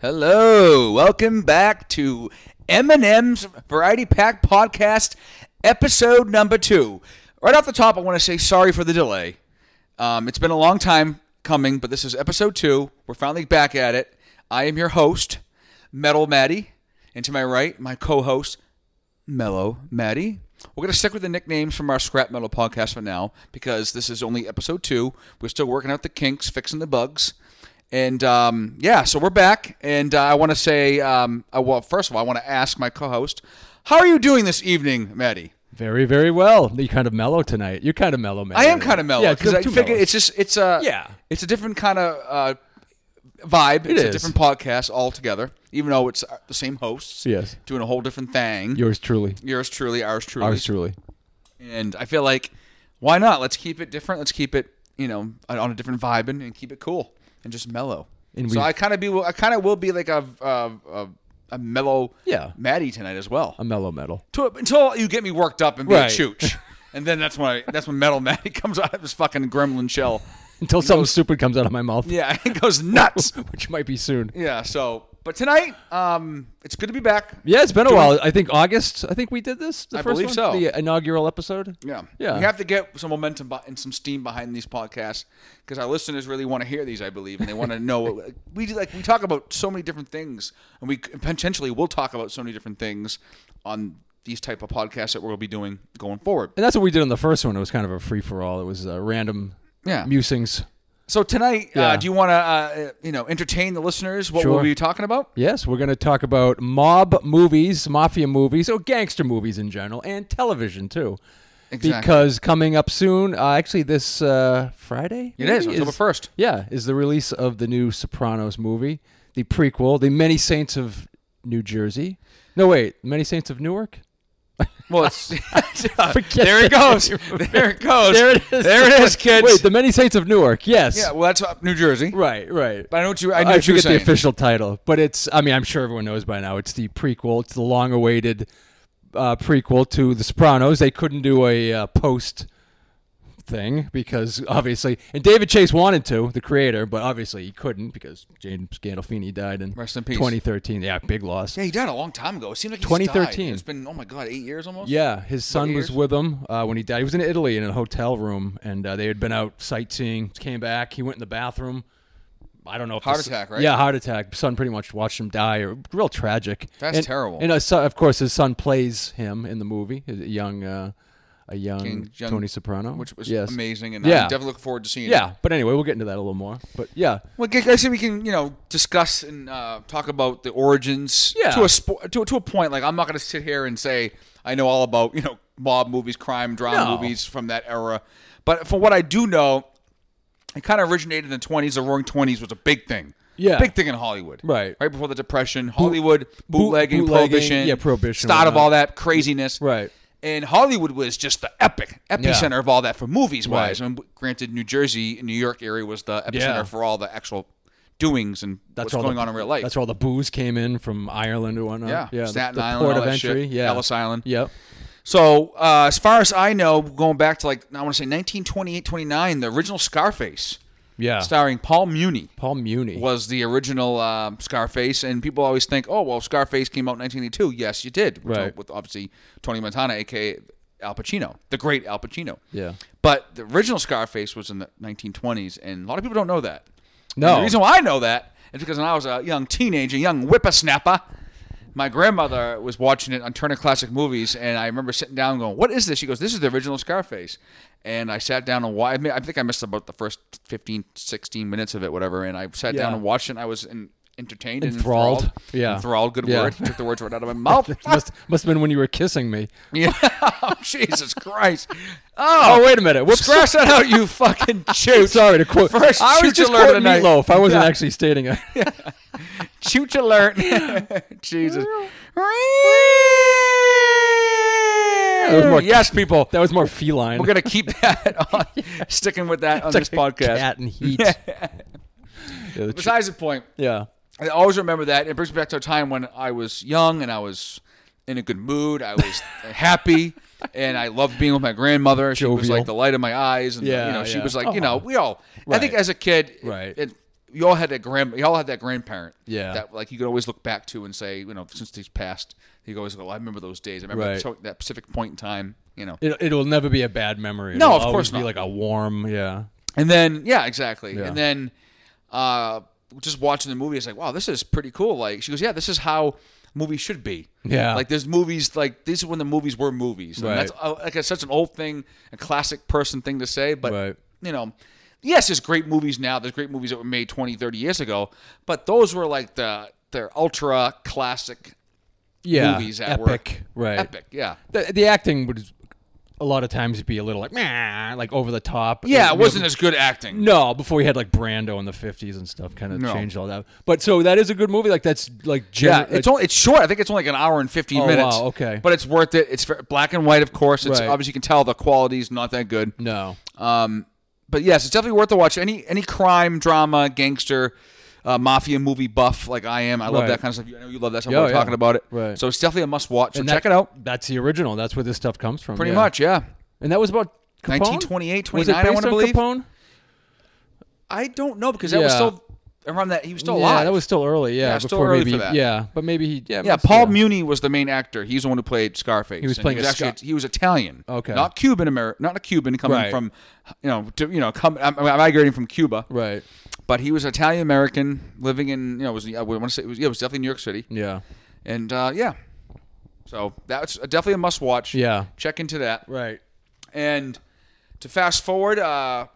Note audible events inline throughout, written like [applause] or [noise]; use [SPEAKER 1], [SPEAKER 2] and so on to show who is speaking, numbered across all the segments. [SPEAKER 1] Hello, welcome back to M&M's Variety Pack Podcast, episode number two. Right off the top, I want to say sorry for the delay. Um, it's been a long time coming, but this is episode two. We're finally back at it. I am your host, Metal Maddie, and to my right, my co-host, Mellow Maddie. We're going to stick with the nicknames from our scrap metal podcast for now because this is only episode two. We're still working out the kinks, fixing the bugs. And um, yeah, so we're back. And uh, I want to say, um, I, well, first of all, I want to ask my co host, how are you doing this evening, Maddie?
[SPEAKER 2] Very, very well. You're kind of mellow tonight. You're kind of mellow, man.
[SPEAKER 1] I am kind of mellow
[SPEAKER 2] Yeah,
[SPEAKER 1] because I
[SPEAKER 2] too
[SPEAKER 1] figure
[SPEAKER 2] mellow.
[SPEAKER 1] it's just it's a
[SPEAKER 2] Yeah.
[SPEAKER 1] it's a different kind of uh, vibe. it's a
[SPEAKER 2] is.
[SPEAKER 1] different podcast altogether, even though it's uh, the same hosts.
[SPEAKER 2] Yes.
[SPEAKER 1] doing a whole different thing.
[SPEAKER 2] yours truly.
[SPEAKER 1] Yours truly, ours truly,
[SPEAKER 2] Ours truly.
[SPEAKER 1] and I feel like why not? Let's keep it different. Let's keep it you know on a different vibe and, and keep it cool and just mellow.
[SPEAKER 2] And
[SPEAKER 1] so
[SPEAKER 2] we've-
[SPEAKER 1] I kind of be I kind of will be like a a, a, a mellow
[SPEAKER 2] Yeah.
[SPEAKER 1] Maddie tonight as well
[SPEAKER 2] A mellow metal. [laughs]
[SPEAKER 1] to, until you get me worked up and be
[SPEAKER 2] Right.
[SPEAKER 1] a
[SPEAKER 2] [laughs]
[SPEAKER 1] chooch. And then that's when I, that's when Metal [laughs] Maddie comes out of his fucking gremlin shell.
[SPEAKER 2] Until something stupid comes out of my mouth,
[SPEAKER 1] Yeah, [laughs] it goes nuts.
[SPEAKER 2] [laughs] which might be soon.
[SPEAKER 1] yeah, so but tonight, um, it's good to be back.
[SPEAKER 2] Yeah, it's been a while. I think August. I think we did this. The
[SPEAKER 1] I
[SPEAKER 2] first
[SPEAKER 1] believe
[SPEAKER 2] one?
[SPEAKER 1] so.
[SPEAKER 2] The inaugural episode.
[SPEAKER 1] Yeah,
[SPEAKER 2] Yeah.
[SPEAKER 1] We have to get some momentum beh- and some steam behind these podcasts because our listeners really want to hear these, I believe, and they want to know. What, we do- like we talk about so many different things, and we c- potentially will talk about so many different things on these type of podcasts that we'll be doing going forward.
[SPEAKER 2] And that's what we did on the first one. It was kind of a free for all. It was uh, random
[SPEAKER 1] Yeah.
[SPEAKER 2] musings.
[SPEAKER 1] So tonight, uh,
[SPEAKER 2] Yeah.
[SPEAKER 1] do you want to uh, you know entertain the listeners? What
[SPEAKER 2] Sure.
[SPEAKER 1] we'll be talking about?
[SPEAKER 2] Yes, we're going to talk about mob movies, mafia movies, or gangster movies in general, and television too.
[SPEAKER 1] Exactly.
[SPEAKER 2] Because coming up soon, uh, actually this uh, Friday,
[SPEAKER 1] It is
[SPEAKER 2] maybe, [laughs]
[SPEAKER 1] October first.
[SPEAKER 2] Yeah, is the release of the new Sopranos movie, the prequel, The Many Saints of New Jersey. No, wait, Many Saints
[SPEAKER 1] [laughs]
[SPEAKER 2] of Newark? [laughs]
[SPEAKER 1] Well, it's,
[SPEAKER 2] Forget
[SPEAKER 1] [laughs] there it
[SPEAKER 2] that.
[SPEAKER 1] goes. There it goes.
[SPEAKER 2] There it is.
[SPEAKER 1] There it is, kids.
[SPEAKER 2] [laughs] Wait, The Many Saints of Newark, yes.
[SPEAKER 1] yeah, well, that's uh, New Jersey.
[SPEAKER 2] Right, right.
[SPEAKER 1] But I know what you. I, know
[SPEAKER 2] I
[SPEAKER 1] what you were
[SPEAKER 2] forget the
[SPEAKER 1] saying.
[SPEAKER 2] official title, but it's, I mean, I'm sure everyone knows by now. It's the prequel, it's the long awaited uh, prequel to The Sopranos. They couldn't do a uh, post thing because obviously, and David Chase wanted to, the creator, but obviously he couldn't because James Gandolfini died in
[SPEAKER 1] Rest in peace.
[SPEAKER 2] 2013. Yeah, big loss.
[SPEAKER 1] Yeah, he died a long time ago. It seemed like he's
[SPEAKER 2] 2013.
[SPEAKER 1] died. It's been oh my god, eight years almost.
[SPEAKER 2] Yeah, his son
[SPEAKER 1] Thirty
[SPEAKER 2] was
[SPEAKER 1] years?
[SPEAKER 2] with him uh, when he died. He was in Italy in a hotel room, and uh, they had been out sightseeing. Came back, he went in the bathroom. I don't know. If
[SPEAKER 1] Heart
[SPEAKER 2] the s-
[SPEAKER 1] attack, right?
[SPEAKER 2] Yeah, heart attack. Son pretty much watched him die. Or real tragic.
[SPEAKER 1] That's
[SPEAKER 2] And-
[SPEAKER 1] terrible.
[SPEAKER 2] And his son, of course, his son plays him in the movie. A young, uh, a young,
[SPEAKER 1] King- young-
[SPEAKER 2] Tony Soprano,
[SPEAKER 1] which was
[SPEAKER 2] Yes.
[SPEAKER 1] amazing, and
[SPEAKER 2] Yeah.
[SPEAKER 1] I definitely look forward to seeing. it.
[SPEAKER 2] Yeah, but anyway, we'll get into that a little more. But yeah,
[SPEAKER 1] Well, I guess we can you know discuss and uh, talk about the origins.
[SPEAKER 2] Yeah.
[SPEAKER 1] To a spo- to to a point, like I'm not going to sit here and say I know all about you know mob movies, crime drama
[SPEAKER 2] No.
[SPEAKER 1] movies from that era, but for what I do know, it kind of originated in the 20s. The Roaring 20s was a big thing.
[SPEAKER 2] Yeah.
[SPEAKER 1] Big thing in Hollywood.
[SPEAKER 2] Right.
[SPEAKER 1] Right before the Depression, Hollywood bootlegging,
[SPEAKER 2] bootlegging,
[SPEAKER 1] prohibition,
[SPEAKER 2] yeah, prohibition,
[SPEAKER 1] start of
[SPEAKER 2] whatnot.
[SPEAKER 1] all that craziness,
[SPEAKER 2] Right.
[SPEAKER 1] And Hollywood was just the epic epicenter of all that for movies wise.
[SPEAKER 2] Right.
[SPEAKER 1] And granted, New Jersey, New York area was the epicenter
[SPEAKER 2] Yeah.
[SPEAKER 1] for all the actual doings and
[SPEAKER 2] that's
[SPEAKER 1] what's
[SPEAKER 2] all
[SPEAKER 1] going
[SPEAKER 2] the-
[SPEAKER 1] on in real life.
[SPEAKER 2] That's where all the booze came in from Ireland and whatnot.
[SPEAKER 1] Yeah,
[SPEAKER 2] yeah. the-
[SPEAKER 1] Staten
[SPEAKER 2] the,
[SPEAKER 1] Island,
[SPEAKER 2] port
[SPEAKER 1] all
[SPEAKER 2] of
[SPEAKER 1] that shit,
[SPEAKER 2] entry. Yeah,
[SPEAKER 1] Ellis Island.
[SPEAKER 2] Yep.
[SPEAKER 1] So, uh, as far as I know, going back to like I want to say 1928, 29, the original Scarface,
[SPEAKER 2] Yeah.
[SPEAKER 1] starring Paul Muni,
[SPEAKER 2] Paul Muni.
[SPEAKER 1] was the original um, Scarface, and people always think, oh well, Scarface came out in 1982. Yes, you did, which-
[SPEAKER 2] Right.
[SPEAKER 1] With obviously Tony Montana, aka Al Pacino, the great Al Pacino.
[SPEAKER 2] Yeah.
[SPEAKER 1] But the original Scarface was in the 1920s, and a lot of people don't know that. And
[SPEAKER 2] No.
[SPEAKER 1] the reason why I know that is because when I was a young teenager, young whippersnapper, my grandmother was watching it on Turner Classic Movies, and I remember sitting down and going, "What is this?" She goes, "This is the original Scarface." And I sat down and watched. I think I missed about the first 15, 16 minutes of it, whatever. And I sat down
[SPEAKER 2] Yeah.
[SPEAKER 1] and watched it. and I was in, entertained, and
[SPEAKER 2] Enthralled. Yeah.
[SPEAKER 1] enthralled. Good
[SPEAKER 2] Yeah.
[SPEAKER 1] word. Took the words right out of my
[SPEAKER 2] [laughs]
[SPEAKER 1] mouth. [laughs]
[SPEAKER 2] must must have been when you were kissing me.
[SPEAKER 1] yeah. Oh, [laughs] Jesus Christ.
[SPEAKER 2] Oh, wait a minute. Whoops.
[SPEAKER 1] Scratch that out, you
[SPEAKER 2] [laughs]
[SPEAKER 1] fucking chooch.
[SPEAKER 2] Sorry to quote.
[SPEAKER 1] First
[SPEAKER 2] I was
[SPEAKER 1] chooch
[SPEAKER 2] just
[SPEAKER 1] alert
[SPEAKER 2] quoting
[SPEAKER 1] tonight.
[SPEAKER 2] Meatloaf. I wasn't
[SPEAKER 1] Yeah.
[SPEAKER 2] actually stating it.
[SPEAKER 1] Chooch
[SPEAKER 2] [laughs]
[SPEAKER 1] alert. Jesus.
[SPEAKER 2] That was more-
[SPEAKER 1] yes, people.
[SPEAKER 2] That was more feline.
[SPEAKER 1] We're gonna keep that on, sticking with that on
[SPEAKER 2] It's
[SPEAKER 1] this
[SPEAKER 2] like a
[SPEAKER 1] podcast.
[SPEAKER 2] Cat and heat.
[SPEAKER 1] [laughs]
[SPEAKER 2] Yeah, the ch-
[SPEAKER 1] Besides the point,
[SPEAKER 2] yeah.
[SPEAKER 1] I always remember that. It brings me back to a time when I was young and I was in a good mood. I
[SPEAKER 2] [laughs]
[SPEAKER 1] was happy and I loved being with my grandmother. She was
[SPEAKER 2] Jovial.
[SPEAKER 1] like the light of my eyes, and
[SPEAKER 2] Yeah,
[SPEAKER 1] you know, she
[SPEAKER 2] yeah. Oh,
[SPEAKER 1] was like, you know, we all. I think
[SPEAKER 2] Right.
[SPEAKER 1] as a kid, it-
[SPEAKER 2] Right.
[SPEAKER 1] It, you all had that grand. You all had that grandparent.
[SPEAKER 2] Yeah.
[SPEAKER 1] That like you could always look back to and say, you know, since they've passed, you could always go. "Oh, I remember those days. I remember
[SPEAKER 2] Right.
[SPEAKER 1] that- that specific point in time. You know.
[SPEAKER 2] It, it'll never be a bad memory.
[SPEAKER 1] No,
[SPEAKER 2] It'll
[SPEAKER 1] of course
[SPEAKER 2] always
[SPEAKER 1] not.
[SPEAKER 2] Be like a warm, yeah.
[SPEAKER 1] And then yeah, exactly.
[SPEAKER 2] Yeah.
[SPEAKER 1] And then uh, just watching the movie, it's like, wow, this is pretty cool. Like she goes, yeah, this is how movies should be.
[SPEAKER 2] Yeah.
[SPEAKER 1] Like there's movies like these are when the movies were movies. And
[SPEAKER 2] Right.
[SPEAKER 1] that's uh, like it's such an old thing, a classic person thing to say, but
[SPEAKER 2] Right.
[SPEAKER 1] you know, yes, there's great movies now. There's great movies that were made 20, 30 years ago, but those were like the they're ultra classic
[SPEAKER 2] Yeah.
[SPEAKER 1] movies that were
[SPEAKER 2] epic, right?
[SPEAKER 1] epic. Yeah.
[SPEAKER 2] The, the acting would a lot of times be a little like, meh, like over the top.
[SPEAKER 1] Yeah, it
[SPEAKER 2] We-
[SPEAKER 1] wasn't as good acting.
[SPEAKER 2] No, before we had like Brando in the fifties and stuff, kind of
[SPEAKER 1] No.
[SPEAKER 2] changed all that. But so that is a good movie. Like that's like
[SPEAKER 1] Yeah,
[SPEAKER 2] gener-
[SPEAKER 1] it's only it's short. I think it's only like an hour and fifteen
[SPEAKER 2] Oh,
[SPEAKER 1] minutes.
[SPEAKER 2] wow, okay.
[SPEAKER 1] but it's worth it. It's fa- black and white, of course. It's
[SPEAKER 2] Right. Mm-hmm.
[SPEAKER 1] obviously you can tell the quality's not that good.
[SPEAKER 2] no,
[SPEAKER 1] Um, but yes, it's definitely worth a watch. Any any crime drama, gangster, uh, mafia movie buff like I am, I love
[SPEAKER 2] Right.
[SPEAKER 1] that kind of stuff. You- I know you love that stuff.
[SPEAKER 2] Yeah,
[SPEAKER 1] We're
[SPEAKER 2] yeah.
[SPEAKER 1] talking about it,
[SPEAKER 2] Right.
[SPEAKER 1] So it's definitely a must watch. So
[SPEAKER 2] And
[SPEAKER 1] check
[SPEAKER 2] that-
[SPEAKER 1] it out.
[SPEAKER 2] That's the original. That's where this stuff comes from.
[SPEAKER 1] Pretty
[SPEAKER 2] yeah.
[SPEAKER 1] much, yeah.
[SPEAKER 2] And that was about Capone?
[SPEAKER 1] 1928,
[SPEAKER 2] Was it
[SPEAKER 1] 29, I
[SPEAKER 2] based
[SPEAKER 1] wanna
[SPEAKER 2] on
[SPEAKER 1] believe.
[SPEAKER 2] Capone?
[SPEAKER 1] I don't know because that was
[SPEAKER 2] Yeah.
[SPEAKER 1] still around that he was still
[SPEAKER 2] yeah,
[SPEAKER 1] alive.
[SPEAKER 2] that was still early. Yeah,
[SPEAKER 1] Yeah,
[SPEAKER 2] before
[SPEAKER 1] still early for
[SPEAKER 2] maybe.
[SPEAKER 1] that.
[SPEAKER 2] Yeah, but maybe he. Yeah,
[SPEAKER 1] yeah,
[SPEAKER 2] must-
[SPEAKER 1] Paul Muni was the main actor. He's the one who played Scarface. He
[SPEAKER 2] was playing
[SPEAKER 1] he
[SPEAKER 2] a
[SPEAKER 1] was actually
[SPEAKER 2] Sc-
[SPEAKER 1] he was Italian.
[SPEAKER 2] Okay.
[SPEAKER 1] not Cuban American, not a Cuban coming
[SPEAKER 2] Right.
[SPEAKER 1] from, you know, to, you know, come I'm, I'm migrating from Cuba,
[SPEAKER 2] Right.
[SPEAKER 1] but he was Italian American living in you know was I want to say it was yeah it was definitely New York City
[SPEAKER 2] Yeah.
[SPEAKER 1] and uh, yeah, so that's definitely a must watch.
[SPEAKER 2] Yeah.
[SPEAKER 1] check into that
[SPEAKER 2] Right.
[SPEAKER 1] and to fast forward uh,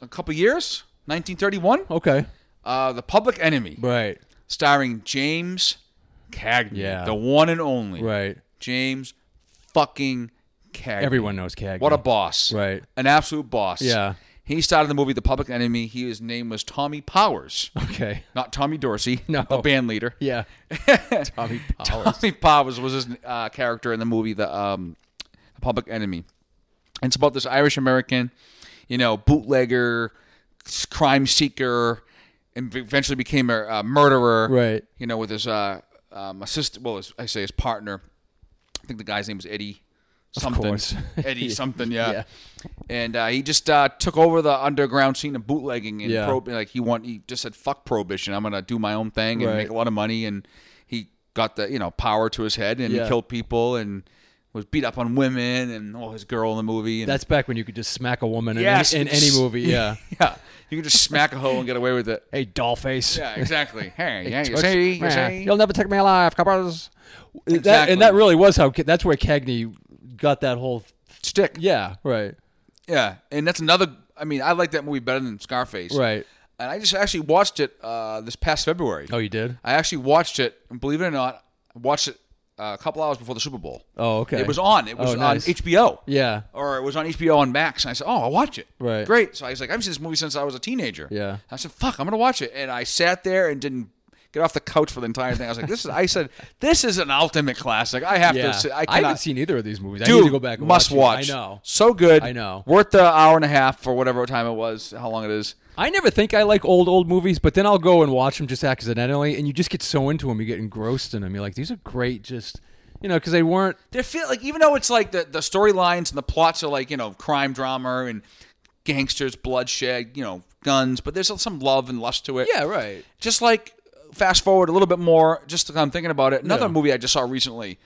[SPEAKER 1] a couple years, 1931,
[SPEAKER 2] Okay.
[SPEAKER 1] uh, the Public Enemy,
[SPEAKER 2] Right.
[SPEAKER 1] starring James Cagney,
[SPEAKER 2] Yeah.
[SPEAKER 1] the one and only,
[SPEAKER 2] Right.
[SPEAKER 1] James fucking Cagney.
[SPEAKER 2] Everyone knows Cagney.
[SPEAKER 1] What a boss.
[SPEAKER 2] Right. [laughs]
[SPEAKER 1] An absolute boss.
[SPEAKER 2] Yeah.
[SPEAKER 1] He started the movie The Public Enemy. He, his name was Tommy
[SPEAKER 2] [laughs]
[SPEAKER 1] Powers,
[SPEAKER 2] Okay.
[SPEAKER 1] not Tommy Dorsey,
[SPEAKER 2] No.
[SPEAKER 1] the band leader. [laughs]
[SPEAKER 2] Yeah. Tommy Powers.
[SPEAKER 1] Tommy Powers was his uh, character in the movie The um, Public Enemy. And it's about this Irish American, you know, bootlegger, s- crime seeker, and eventually became a, a murderer.
[SPEAKER 2] Right.
[SPEAKER 1] You know, with his uh, um, assistant, well, his, I say his partner. I think the guy's name was Eddie. Something.
[SPEAKER 2] course.
[SPEAKER 1] [laughs]
[SPEAKER 2] [laughs]
[SPEAKER 1] Eddie something, yeah.
[SPEAKER 2] Yeah.
[SPEAKER 1] And uh, he just uh, took over the underground scene of bootlegging and
[SPEAKER 2] Yeah.
[SPEAKER 1] pro- like he want he just said fuck prohibition. I'm gonna do my own thing and
[SPEAKER 2] Right.
[SPEAKER 1] make a lot of money. And he got the you know power to his head and
[SPEAKER 2] Yeah.
[SPEAKER 1] he killed people and was beat up on women and oh his girl in the movie. And,
[SPEAKER 2] That's back when you could just smack a woman in,
[SPEAKER 1] Yes,
[SPEAKER 2] any, in
[SPEAKER 1] you
[SPEAKER 2] any
[SPEAKER 1] just-
[SPEAKER 2] movie. Yeah.
[SPEAKER 1] [laughs] yeah, you can just smack a hoe and get away with it.
[SPEAKER 2] hey, dollface.
[SPEAKER 1] Yeah,
[SPEAKER 2] [laughs]
[SPEAKER 1] exactly. Hey, yeah, you
[SPEAKER 2] Touch-
[SPEAKER 1] see,
[SPEAKER 2] Meh.
[SPEAKER 1] you see.
[SPEAKER 2] You'll never take me alive, coppers. That,
[SPEAKER 1] Exactly.
[SPEAKER 2] and that really was how. Ca- That's where Cagney got that whole.
[SPEAKER 1] stick.
[SPEAKER 2] Yeah. Right.
[SPEAKER 1] Yeah, and that's another. I mean, I like that movie better than Scarface.
[SPEAKER 2] Right.
[SPEAKER 1] And I just actually watched it uh, this past February.
[SPEAKER 2] Oh, you did.
[SPEAKER 1] I actually watched it, and believe it or not, I watched it uh, a couple hours before the Super Bowl.
[SPEAKER 2] Oh, okay.
[SPEAKER 1] It was on. It
[SPEAKER 2] Oh,
[SPEAKER 1] was
[SPEAKER 2] nice.
[SPEAKER 1] on HBO.
[SPEAKER 2] Yeah.
[SPEAKER 1] Or it was on HBO on Max. And I said, oh, I'll watch it.
[SPEAKER 2] Right.
[SPEAKER 1] Great. So I was like, I've seen this movie since I was a teenager.
[SPEAKER 2] Yeah.
[SPEAKER 1] I said, fuck, I'm going to watch it. And I sat there and didn't get off the couch for the entire thing. I was like, this is, I said, this is an ultimate classic. I have
[SPEAKER 2] Yeah.
[SPEAKER 1] to sit. I, cannot,
[SPEAKER 2] haven't seen either of these movies. I
[SPEAKER 1] Dude,
[SPEAKER 2] need to go back. And
[SPEAKER 1] must
[SPEAKER 2] watch.
[SPEAKER 1] watch.
[SPEAKER 2] it. I know.
[SPEAKER 1] So good.
[SPEAKER 2] I know.
[SPEAKER 1] Worth the hour and a half for whatever time it was, how long it is.
[SPEAKER 2] I never think I like old old movies, but then I'll go and watch them just accidentally, and you just get so into them, you get engrossed in them. You're like, these are great, just you know, because they weren't.
[SPEAKER 1] they feel like even though it's like the the storylines and the plots are like you know crime drama and gangsters bloodshed you know guns but there's some love and lust to it
[SPEAKER 2] right.
[SPEAKER 1] just like fast forward a little bit more just to, i'm thinking about it another
[SPEAKER 2] Yeah.
[SPEAKER 1] movie i just saw recently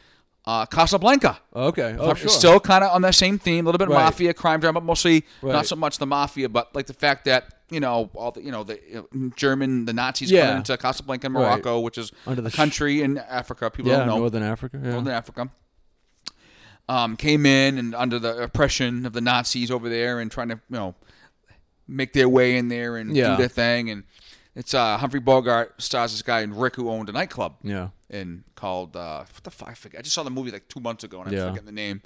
[SPEAKER 1] uh, casablanca
[SPEAKER 2] Okay. Oh,
[SPEAKER 1] It's
[SPEAKER 2] sure.
[SPEAKER 1] still kind of on that same theme a little bit
[SPEAKER 2] Right.
[SPEAKER 1] mafia crime drama but mostly not
[SPEAKER 2] Right.
[SPEAKER 1] so much the mafia but like the fact that you know all the you know the uh, german the nazis
[SPEAKER 2] Yeah.
[SPEAKER 1] coming into casablanca morocco which is
[SPEAKER 2] Under
[SPEAKER 1] a
[SPEAKER 2] the sh-
[SPEAKER 1] country in africa people
[SPEAKER 2] yeah,
[SPEAKER 1] don't know
[SPEAKER 2] Northern Africa. Yeah.
[SPEAKER 1] Northern Africa, um, came in and under the oppression of the Nazis over there and trying to, you know, make their way in there and
[SPEAKER 2] Yeah.
[SPEAKER 1] do their thing. And it's uh, Humphrey Bogart stars this guy in Rick who owned a nightclub
[SPEAKER 2] yeah.
[SPEAKER 1] and called uh, what the fuck? I forget. I just saw the movie like two months ago and I'm
[SPEAKER 2] Yeah.
[SPEAKER 1] forgetting the name.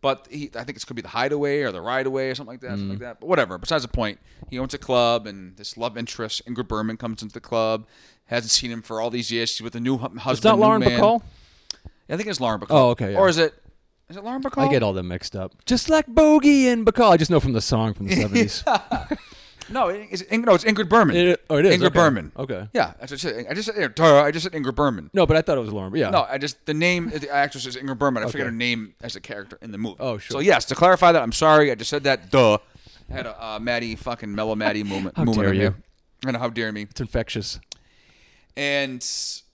[SPEAKER 1] But he, I think it's could be the Hideaway or the Ride Away or something like that,
[SPEAKER 2] Mm.
[SPEAKER 1] something like that. But whatever. Besides the point, he owns a club and this love interest Ingrid Berman comes into the club. Hasn't seen him for all these years. She's with a new hu- husband.
[SPEAKER 2] It's not
[SPEAKER 1] new
[SPEAKER 2] Lauren
[SPEAKER 1] man.
[SPEAKER 2] Bacall.
[SPEAKER 1] I think it's Lauren Bacall.
[SPEAKER 2] Oh, okay, yeah.
[SPEAKER 1] Or is it? Is it Lauren Bacall?
[SPEAKER 2] I get all them mixed up. Just like Bogey and Bacall. I just know from the song
[SPEAKER 1] [laughs]
[SPEAKER 2] from the 70s.
[SPEAKER 1] No, it- it's, Ing- no, it's Ingrid Berman.
[SPEAKER 2] It- oh, it is.
[SPEAKER 1] Ingrid
[SPEAKER 2] Okay.
[SPEAKER 1] Berman.
[SPEAKER 2] Okay.
[SPEAKER 1] Yeah, that's what I said. I just said, you know, duh, I just said Ingrid Berman.
[SPEAKER 2] No, but I thought it was Lauren. Yeah.
[SPEAKER 1] No, I just the name of the actress is Ingrid Berman. I forget
[SPEAKER 2] Okay.
[SPEAKER 1] her name as a character in the movie.
[SPEAKER 2] Oh, sure.
[SPEAKER 1] So yes, to clarify that, I'm sorry. I just said that. Duh. I had a uh, Maddie fucking mellow Maddie moment.
[SPEAKER 2] [laughs] How
[SPEAKER 1] moment
[SPEAKER 2] dare
[SPEAKER 1] in
[SPEAKER 2] you.
[SPEAKER 1] there. I know how dare me.
[SPEAKER 2] It's infectious.
[SPEAKER 1] And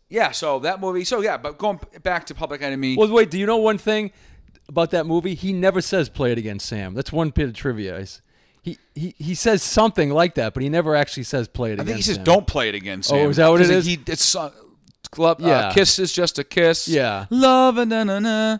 [SPEAKER 1] yeah, so that movie. So yeah, but going back to Public Enemy.
[SPEAKER 2] Well, wait. Do you know one thing about that movie? He never says "play it again, Sam." That's one bit of trivia. He's- He he he says something like that, but he never actually says "play it
[SPEAKER 1] I
[SPEAKER 2] again."
[SPEAKER 1] think he says
[SPEAKER 2] Sam."
[SPEAKER 1] don't play it again. Sam.
[SPEAKER 2] Oh, is that what it
[SPEAKER 1] Because
[SPEAKER 2] is?
[SPEAKER 1] He it's uh, club. Uh,
[SPEAKER 2] Yeah.
[SPEAKER 1] kiss is just a kiss.
[SPEAKER 2] Yeah.
[SPEAKER 1] Love and na na na.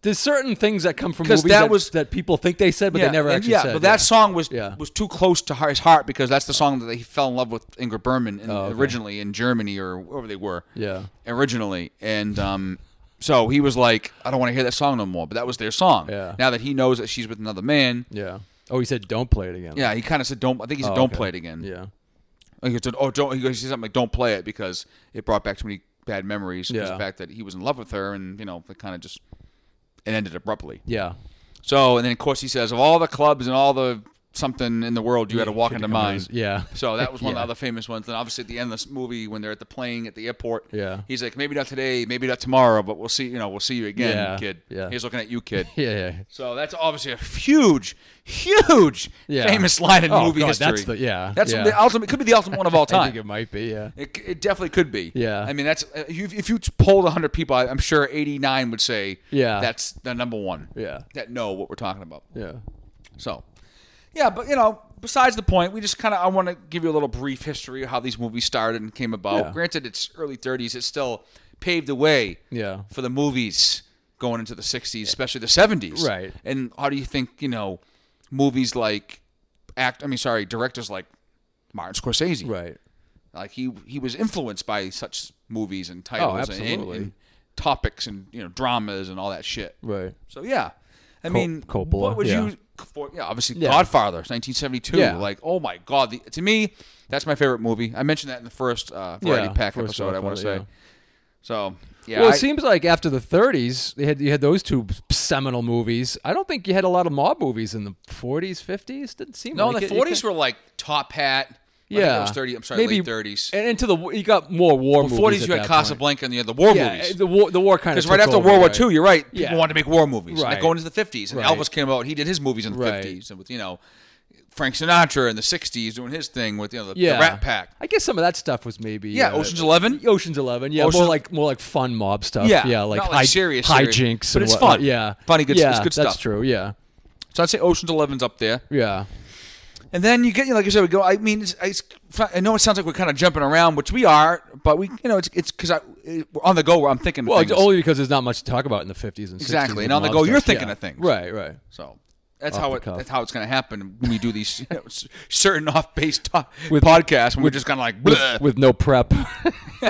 [SPEAKER 2] There's certain things that come from
[SPEAKER 1] 'Cause
[SPEAKER 2] movies
[SPEAKER 1] that
[SPEAKER 2] that,
[SPEAKER 1] was-
[SPEAKER 2] that people think they said, but they never
[SPEAKER 1] and
[SPEAKER 2] actually
[SPEAKER 1] yeah,
[SPEAKER 2] said.
[SPEAKER 1] but that song was
[SPEAKER 2] Yeah.
[SPEAKER 1] was too close to his heart because that's the song that he fell in love with Ingrid Bergman in, originally in Germany or wherever they were.
[SPEAKER 2] Oh, Yeah.
[SPEAKER 1] originally, and um, so he was like, I don't want to hear that song no more. But that was their song.
[SPEAKER 2] Yeah.
[SPEAKER 1] Now that he knows that she's with another man,
[SPEAKER 2] yeah. Oh, he said don't play it again.
[SPEAKER 1] yeah, he kind of said, "Don't." I think he said,
[SPEAKER 2] Oh,
[SPEAKER 1] "Don't
[SPEAKER 2] okay.
[SPEAKER 1] play it again."
[SPEAKER 2] Yeah.
[SPEAKER 1] Like, he said, "Oh, don't." He said something like, "Don't play it," because it brought back too many bad memories. 'cause
[SPEAKER 2] Yeah.
[SPEAKER 1] The fact that he was in love with her, and you know, it kind of just it ended abruptly.
[SPEAKER 2] Yeah.
[SPEAKER 1] So, and then of course he says, of all the clubs and all the something in the world, you had to walk into mine.
[SPEAKER 2] Yeah. [laughs]
[SPEAKER 1] So that was one of the
[SPEAKER 2] Yeah.
[SPEAKER 1] other famous ones. And obviously at the end of this movie, when they're at the plane at the airport,
[SPEAKER 2] Yeah.
[SPEAKER 1] he's like, maybe not today, maybe not tomorrow, but we'll see. You know, we'll see you again,
[SPEAKER 2] Yeah,
[SPEAKER 1] kid.
[SPEAKER 2] yeah.
[SPEAKER 1] He's looking at you,
[SPEAKER 2] [laughs]
[SPEAKER 1] kid.
[SPEAKER 2] Yeah. Yeah.
[SPEAKER 1] So that's obviously a huge, huge
[SPEAKER 2] Yeah.
[SPEAKER 1] famous line in
[SPEAKER 2] Oh,
[SPEAKER 1] movie
[SPEAKER 2] God,
[SPEAKER 1] history.
[SPEAKER 2] that's the- yeah,
[SPEAKER 1] That's
[SPEAKER 2] yeah.
[SPEAKER 1] the ultimate. It could be the ultimate one
[SPEAKER 2] [laughs]
[SPEAKER 1] of all
[SPEAKER 2] I
[SPEAKER 1] time.
[SPEAKER 2] think it might be. Yeah.
[SPEAKER 1] It, it definitely could be.
[SPEAKER 2] Yeah.
[SPEAKER 1] I mean, that's uh, you, if you polled 100 people, I, I'm sure 89 would say,
[SPEAKER 2] Yeah.
[SPEAKER 1] that's the number one.
[SPEAKER 2] Yeah.
[SPEAKER 1] that know what we're talking about.
[SPEAKER 2] Yeah.
[SPEAKER 1] So, yeah, but you know, besides the point, we just kind of I want to give you a little brief history of how these movies started and came about.
[SPEAKER 2] Yeah.
[SPEAKER 1] Granted, it's early 30s; it still paved the way
[SPEAKER 2] Yeah.
[SPEAKER 1] for the movies going into the 60s, especially the 70s.
[SPEAKER 2] Right.
[SPEAKER 1] And how do you think you know movies like act? I mean, sorry, directors like Martin Scorsese.
[SPEAKER 2] Right.
[SPEAKER 1] Like he he was influenced by such movies and titles and- and,
[SPEAKER 2] Oh, absolutely.
[SPEAKER 1] and topics and you know dramas and all that shit.
[SPEAKER 2] Right.
[SPEAKER 1] So yeah, I mean,
[SPEAKER 2] Coppola,
[SPEAKER 1] what would
[SPEAKER 2] yeah.
[SPEAKER 1] you? For, yeah, obviously,
[SPEAKER 2] Yeah.
[SPEAKER 1] Godfather, 1972.
[SPEAKER 2] Yeah.
[SPEAKER 1] Like, oh my god, the, to me, that's my favorite movie. I mentioned that in the first uh, variety
[SPEAKER 2] Yeah,
[SPEAKER 1] pack
[SPEAKER 2] first
[SPEAKER 1] episode. I want to say.
[SPEAKER 2] Godfather, yeah.
[SPEAKER 1] So yeah,
[SPEAKER 2] well, it
[SPEAKER 1] I-
[SPEAKER 2] seems like after the 30s, they had you had those two seminal movies. I don't think you had a lot of mob movies in the 40s, 50s. Didn't seem
[SPEAKER 1] no,
[SPEAKER 2] like
[SPEAKER 1] the
[SPEAKER 2] it. You
[SPEAKER 1] 40s
[SPEAKER 2] could-
[SPEAKER 1] were like Top Hat. I think
[SPEAKER 2] yeah,
[SPEAKER 1] it was 30. I'm sorry,
[SPEAKER 2] Maybe-
[SPEAKER 1] late 30s.
[SPEAKER 2] and into the you got more war movies.
[SPEAKER 1] 40s,
[SPEAKER 2] at
[SPEAKER 1] you
[SPEAKER 2] that
[SPEAKER 1] had Casablanca and the other war
[SPEAKER 2] Point. Yeah,
[SPEAKER 1] movies.
[SPEAKER 2] the war, the war kind of
[SPEAKER 1] Because right after World War II, you're right. People
[SPEAKER 2] Yeah.
[SPEAKER 1] wanted to make war movies. And they
[SPEAKER 2] Right.
[SPEAKER 1] go into the 50s, and
[SPEAKER 2] Right.
[SPEAKER 1] Elvis came out. He did his movies in the
[SPEAKER 2] Right.
[SPEAKER 1] 50s, and with you know Frank Sinatra in the 60s doing his thing with you know the, the
[SPEAKER 2] yeah.
[SPEAKER 1] Rat Pack.
[SPEAKER 2] I guess some of that stuff was maybe
[SPEAKER 1] Yeah,
[SPEAKER 2] uh,
[SPEAKER 1] Ocean's Eleven.
[SPEAKER 2] Ocean's Eleven. Yeah,
[SPEAKER 1] Ocean's-
[SPEAKER 2] more like more like fun mob stuff.
[SPEAKER 1] Yeah,
[SPEAKER 2] yeah, like,
[SPEAKER 1] not like
[SPEAKER 2] high,
[SPEAKER 1] serious, serious,
[SPEAKER 2] hijinks. and
[SPEAKER 1] but it's
[SPEAKER 2] whatnot.
[SPEAKER 1] fun.
[SPEAKER 2] Yeah,
[SPEAKER 1] Funny, good- it's
[SPEAKER 2] Yeah,
[SPEAKER 1] good
[SPEAKER 2] That's
[SPEAKER 1] stuff.
[SPEAKER 2] true. Yeah,
[SPEAKER 1] So I'd say Ocean's Eleven's up there.
[SPEAKER 2] yeah,
[SPEAKER 1] And then you get, you know, like I said, we go. I mean, it's, it's, I know it sounds like we're kind of jumping around, which we are, but we, you know, it's it's because I it, we're on the go. Where I'm thinking. of
[SPEAKER 2] Well,
[SPEAKER 1] things.
[SPEAKER 2] it's only because there's not much to talk about in the 50s and 60s.
[SPEAKER 1] Exactly,
[SPEAKER 2] with
[SPEAKER 1] and on the
[SPEAKER 2] mob
[SPEAKER 1] go, you're
[SPEAKER 2] stuff.
[SPEAKER 1] thinking
[SPEAKER 2] Yeah.
[SPEAKER 1] of things. [laughs]
[SPEAKER 2] Right, right.
[SPEAKER 1] so that's
[SPEAKER 2] Off
[SPEAKER 1] how
[SPEAKER 2] the
[SPEAKER 1] it
[SPEAKER 2] cuff.
[SPEAKER 1] that's how it's going to happen when we do these [laughs] you know, s- certain off base to- podcasts when we're just kind of like. Bleh.
[SPEAKER 2] With, with no prep. [laughs]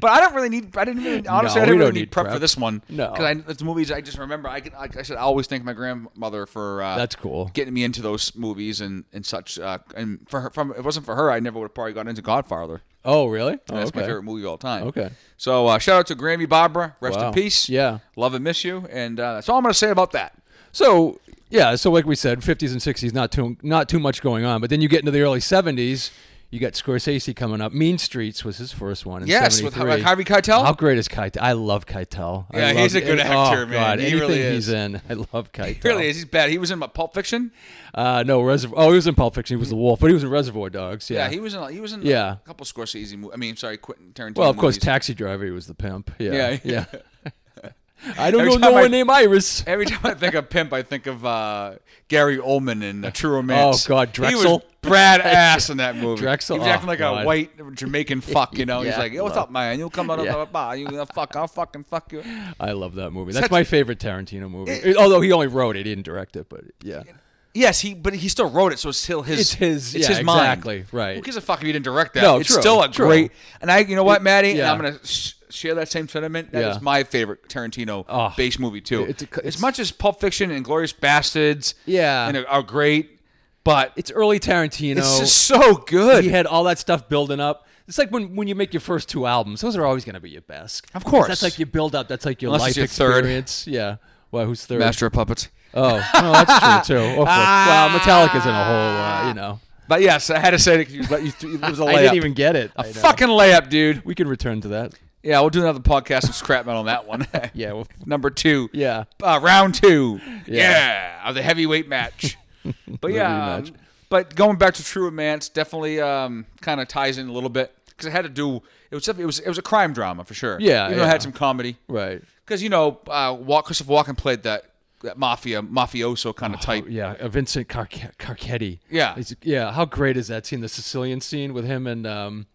[SPEAKER 1] but I don't really need. I didn't really honestly.
[SPEAKER 2] No,
[SPEAKER 1] I didn't
[SPEAKER 2] we
[SPEAKER 1] really
[SPEAKER 2] don't
[SPEAKER 1] need,
[SPEAKER 2] need
[SPEAKER 1] prep, for
[SPEAKER 2] prep.
[SPEAKER 1] this one.
[SPEAKER 2] No.
[SPEAKER 1] because the movies I just remember. I can, like I said, I always thank my grandmother for. Uh,
[SPEAKER 2] That's cool.
[SPEAKER 1] Getting me into those movies and and such. Uh, and for her, from if it wasn't for her, I never would have probably gotten into Godfather.
[SPEAKER 2] Oh, really? Oh,
[SPEAKER 1] That's
[SPEAKER 2] okay.
[SPEAKER 1] my favorite movie of all time.
[SPEAKER 2] Okay.
[SPEAKER 1] So uh, shout out to Grammy Barbara. Rest
[SPEAKER 2] Wow.
[SPEAKER 1] in peace.
[SPEAKER 2] Yeah.
[SPEAKER 1] Love and miss you. And uh, that's all I'm going to say about that.
[SPEAKER 2] So yeah, so like we said, 50s and 60s, not too not too much going on. But then you get into the early 70s. You got Scorsese coming up. Mean Streets was his first one. In
[SPEAKER 1] Yes, with
[SPEAKER 2] 73.
[SPEAKER 1] Har- Harvey Keitel?
[SPEAKER 2] How great is Keitel? I love Keitel. I
[SPEAKER 1] Yeah, he's
[SPEAKER 2] love-
[SPEAKER 1] a good
[SPEAKER 2] and-
[SPEAKER 1] actor,
[SPEAKER 2] oh,
[SPEAKER 1] man.
[SPEAKER 2] God,
[SPEAKER 1] He
[SPEAKER 2] anything
[SPEAKER 1] really is.
[SPEAKER 2] he's in, I love
[SPEAKER 1] [laughs]
[SPEAKER 2] Keitel.
[SPEAKER 1] He really is. He's bad. He was in my Pulp Fiction.
[SPEAKER 2] Uh, no, Reservoir. Oh, he was in Pulp Fiction. He was the Wolf, but he was in Reservoir Dogs.
[SPEAKER 1] Yeah.
[SPEAKER 2] Yeah.
[SPEAKER 1] he was in. He was in
[SPEAKER 2] Yeah.
[SPEAKER 1] a couple Scorsese movies. I mean, sorry, Quentin Tarantino.
[SPEAKER 2] well, of course,
[SPEAKER 1] movies.
[SPEAKER 2] Taxi Driver. He was the pimp.
[SPEAKER 1] Yeah.
[SPEAKER 2] Yeah. [laughs] Yeah.
[SPEAKER 1] [laughs]
[SPEAKER 2] I don't
[SPEAKER 1] Every
[SPEAKER 2] know
[SPEAKER 1] time
[SPEAKER 2] no
[SPEAKER 1] I-
[SPEAKER 2] one named Iris.
[SPEAKER 1] [laughs] Every time I think of pimp, I think of uh, Gary Oldman in A True Romance.
[SPEAKER 2] Oh, God,
[SPEAKER 1] He was
[SPEAKER 2] Drexel. [laughs]
[SPEAKER 1] Brad ass in that movie.
[SPEAKER 2] Drexel,
[SPEAKER 1] He was acting
[SPEAKER 2] oh,
[SPEAKER 1] like a
[SPEAKER 2] God.
[SPEAKER 1] white Jamaican fuck. You know, he's
[SPEAKER 2] Yeah,
[SPEAKER 1] like, "Yo, what's
[SPEAKER 2] love-
[SPEAKER 1] up, man? You come on
[SPEAKER 2] Yeah.
[SPEAKER 1] up, up, you gonna fuck? I'll fucking fuck you."
[SPEAKER 2] I love that movie. That's
[SPEAKER 1] Such-
[SPEAKER 2] my favorite Tarantino movie. Although he only wrote it, he didn't direct it, but yeah.
[SPEAKER 1] Yes, he, but he still wrote it, so it's still his.
[SPEAKER 2] It's his-
[SPEAKER 1] It's
[SPEAKER 2] yeah,
[SPEAKER 1] his mind.
[SPEAKER 2] exactly, right.
[SPEAKER 1] Who gives a fuck if you didn't direct that?
[SPEAKER 2] No,
[SPEAKER 1] it's
[SPEAKER 2] true,
[SPEAKER 1] still a
[SPEAKER 2] true.
[SPEAKER 1] great. And I, you know what, Maddie, And
[SPEAKER 2] yeah.
[SPEAKER 1] I'm gonna sh- share that same sentiment. That is
[SPEAKER 2] Yeah.
[SPEAKER 1] my favorite Tarantino
[SPEAKER 2] Oh,
[SPEAKER 1] base movie too.
[SPEAKER 2] it's a c-
[SPEAKER 1] as
[SPEAKER 2] it's-
[SPEAKER 1] much as Pulp Fiction and Glorious Bastards,
[SPEAKER 2] Yeah.
[SPEAKER 1] and are- are great, but
[SPEAKER 2] It's early Tarantino.
[SPEAKER 1] it's just so good.
[SPEAKER 2] he had all that stuff building up. It's like when, when you make your first two albums; those are always going to be your best.
[SPEAKER 1] Of course.
[SPEAKER 2] that's like your build up. That's like your
[SPEAKER 1] Unless
[SPEAKER 2] life
[SPEAKER 1] it's your third.
[SPEAKER 2] experience. Yeah. Well, who's third?
[SPEAKER 1] Master of Puppets.
[SPEAKER 2] Oh, no, that's true too.
[SPEAKER 1] [laughs]
[SPEAKER 2] Oh, fuck.
[SPEAKER 1] Ah.
[SPEAKER 2] well, Metallica's in a whole, uh, you know.
[SPEAKER 1] But yes, I had to say it 'cause you, let you- it was a layup.
[SPEAKER 2] [laughs] I didn't even get it.
[SPEAKER 1] [laughs] a fucking layup, dude.
[SPEAKER 2] We can return to that.
[SPEAKER 1] Yeah, we'll do another podcast and scrap metal on that [laughs] one.
[SPEAKER 2] Yeah. Well,
[SPEAKER 1] Number two.
[SPEAKER 2] yeah.
[SPEAKER 1] uh, round two. Yeah.
[SPEAKER 2] Yeah.
[SPEAKER 1] of the heavyweight [laughs] match. but yeah,
[SPEAKER 2] rematch.
[SPEAKER 1] um, but going back to True Romance definitely um, kind of ties in a little bit because it had to do. It was it was it was a crime drama for sure.
[SPEAKER 2] Yeah,
[SPEAKER 1] you know, it
[SPEAKER 2] yeah.
[SPEAKER 1] had some comedy
[SPEAKER 2] Right.
[SPEAKER 1] because you know, uh, Walk, Christopher Walken played that that mafia mafioso kind of type.
[SPEAKER 2] Yeah. uh, Vincent Car- Carcetti.
[SPEAKER 1] Yeah.
[SPEAKER 2] He's- yeah. How great is that scene? The Sicilian scene with him and um,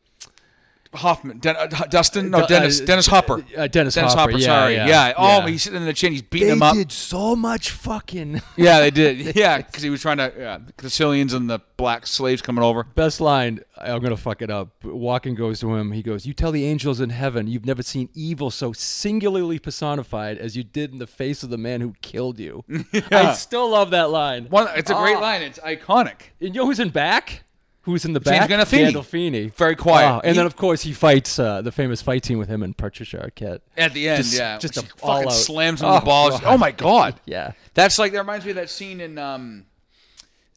[SPEAKER 1] Hoffman, Den- uh, Dustin, no
[SPEAKER 2] Uh,
[SPEAKER 1] Dennis,
[SPEAKER 2] uh,
[SPEAKER 1] Dennis Hopper.
[SPEAKER 2] uh, Dennis,
[SPEAKER 1] Dennis Hopper,
[SPEAKER 2] Hopper. yeah,
[SPEAKER 1] sorry, yeah.
[SPEAKER 2] Yeah.
[SPEAKER 1] Oh,
[SPEAKER 2] yeah.
[SPEAKER 1] he's sitting in the chin, he's beating
[SPEAKER 2] They
[SPEAKER 1] him up.
[SPEAKER 2] did so much fucking. [laughs]
[SPEAKER 1] Yeah, they [laughs] did. Yeah, because he was trying to yeah, Sicilians and the black slaves coming over.
[SPEAKER 2] Best line, I'm going to fuck it up. Walken goes to him. He goes, You tell the angels in heaven you've never seen evil so singularly personified as you did in the face of the man who
[SPEAKER 1] [laughs]
[SPEAKER 2] killed you. I still love that line.
[SPEAKER 1] One, it's a great line. It's iconic.
[SPEAKER 2] And you know who's in back? Who's in the back?
[SPEAKER 1] Gandolfini.
[SPEAKER 2] Gandolfini.
[SPEAKER 1] Very quiet.
[SPEAKER 2] Wow. And
[SPEAKER 1] He-
[SPEAKER 2] then, of course, he fights uh, the famous fight scene with him and Patricia Arquette.
[SPEAKER 1] At the end,
[SPEAKER 2] Just-
[SPEAKER 1] yeah,
[SPEAKER 2] just
[SPEAKER 1] where
[SPEAKER 2] a
[SPEAKER 1] she
[SPEAKER 2] all
[SPEAKER 1] fucking
[SPEAKER 2] out.
[SPEAKER 1] slams him
[SPEAKER 2] Oh,
[SPEAKER 1] the balls.
[SPEAKER 2] God.
[SPEAKER 1] Oh [laughs] my god,
[SPEAKER 2] Yeah.
[SPEAKER 1] that's like that reminds me of that scene in um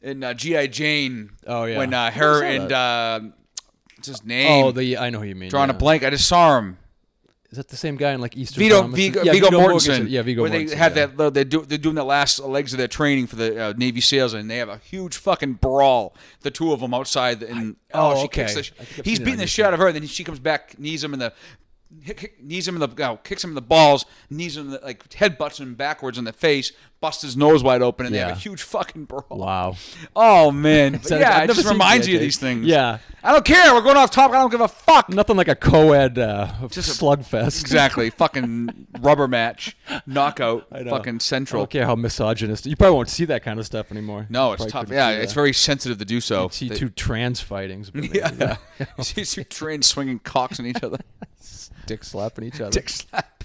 [SPEAKER 1] in uh, GI Jane.
[SPEAKER 2] Oh, yeah.
[SPEAKER 1] when uh,
[SPEAKER 2] I
[SPEAKER 1] her
[SPEAKER 2] saw
[SPEAKER 1] and
[SPEAKER 2] that.
[SPEAKER 1] uh, what's his name?
[SPEAKER 2] Oh, the I know who you mean.
[SPEAKER 1] drawing
[SPEAKER 2] yeah.
[SPEAKER 1] a blank. I just saw him.
[SPEAKER 2] Is that the same guy in like Easter?
[SPEAKER 1] Vito
[SPEAKER 2] Promise?
[SPEAKER 1] Vigo,
[SPEAKER 2] yeah,
[SPEAKER 1] Vigo, Mortensen.
[SPEAKER 2] Mortensen. Yeah, Vigo
[SPEAKER 1] Where
[SPEAKER 2] Mortensen.
[SPEAKER 1] they had
[SPEAKER 2] yeah.
[SPEAKER 1] that they do, they're doing the last legs of their training for the uh, Navy SEALs, and they have a huge fucking brawl. The two of them outside, the- and oh,
[SPEAKER 2] oh,
[SPEAKER 1] she kicks
[SPEAKER 2] okay.
[SPEAKER 1] the,
[SPEAKER 2] I think I've
[SPEAKER 1] he's
[SPEAKER 2] seen it
[SPEAKER 1] beating
[SPEAKER 2] on
[SPEAKER 1] the
[SPEAKER 2] YouTube.
[SPEAKER 1] shit out of her, and then she comes back, knees him in the. hick- hick- Knees him in the oh, kicks him in the balls, knees him in the, like headbutts him backwards in the face, busts his nose wide open, and they have
[SPEAKER 2] Yeah.
[SPEAKER 1] a huge fucking brawl.
[SPEAKER 2] Wow.
[SPEAKER 1] Oh man, But
[SPEAKER 2] [laughs] I've
[SPEAKER 1] yeah, it
[SPEAKER 2] never
[SPEAKER 1] just
[SPEAKER 2] seen
[SPEAKER 1] reminds
[SPEAKER 2] that,
[SPEAKER 1] you of
[SPEAKER 2] Jake.
[SPEAKER 1] these things.
[SPEAKER 2] Yeah.
[SPEAKER 1] I don't care. We're going off topic. I don't give a fuck.
[SPEAKER 2] Nothing like a co-ed uh,
[SPEAKER 1] Just a-
[SPEAKER 2] slugfest.
[SPEAKER 1] Exactly. fucking rubber match, knockout,
[SPEAKER 2] I know.
[SPEAKER 1] fucking
[SPEAKER 2] I
[SPEAKER 1] central.
[SPEAKER 2] don't care how misogynist. You probably won't see that kind of stuff anymore.
[SPEAKER 1] No, it's
[SPEAKER 2] Probably
[SPEAKER 1] tough.
[SPEAKER 2] couldn't
[SPEAKER 1] Yeah,
[SPEAKER 2] see
[SPEAKER 1] it's
[SPEAKER 2] that.
[SPEAKER 1] very sensitive to do so.
[SPEAKER 2] See
[SPEAKER 1] They-
[SPEAKER 2] two trans fightings, but
[SPEAKER 1] [laughs]
[SPEAKER 2] maybe [laughs]
[SPEAKER 1] yeah. [laughs] See two trains swinging cocks on each other.
[SPEAKER 2] dick slapping each other.
[SPEAKER 1] dick slap.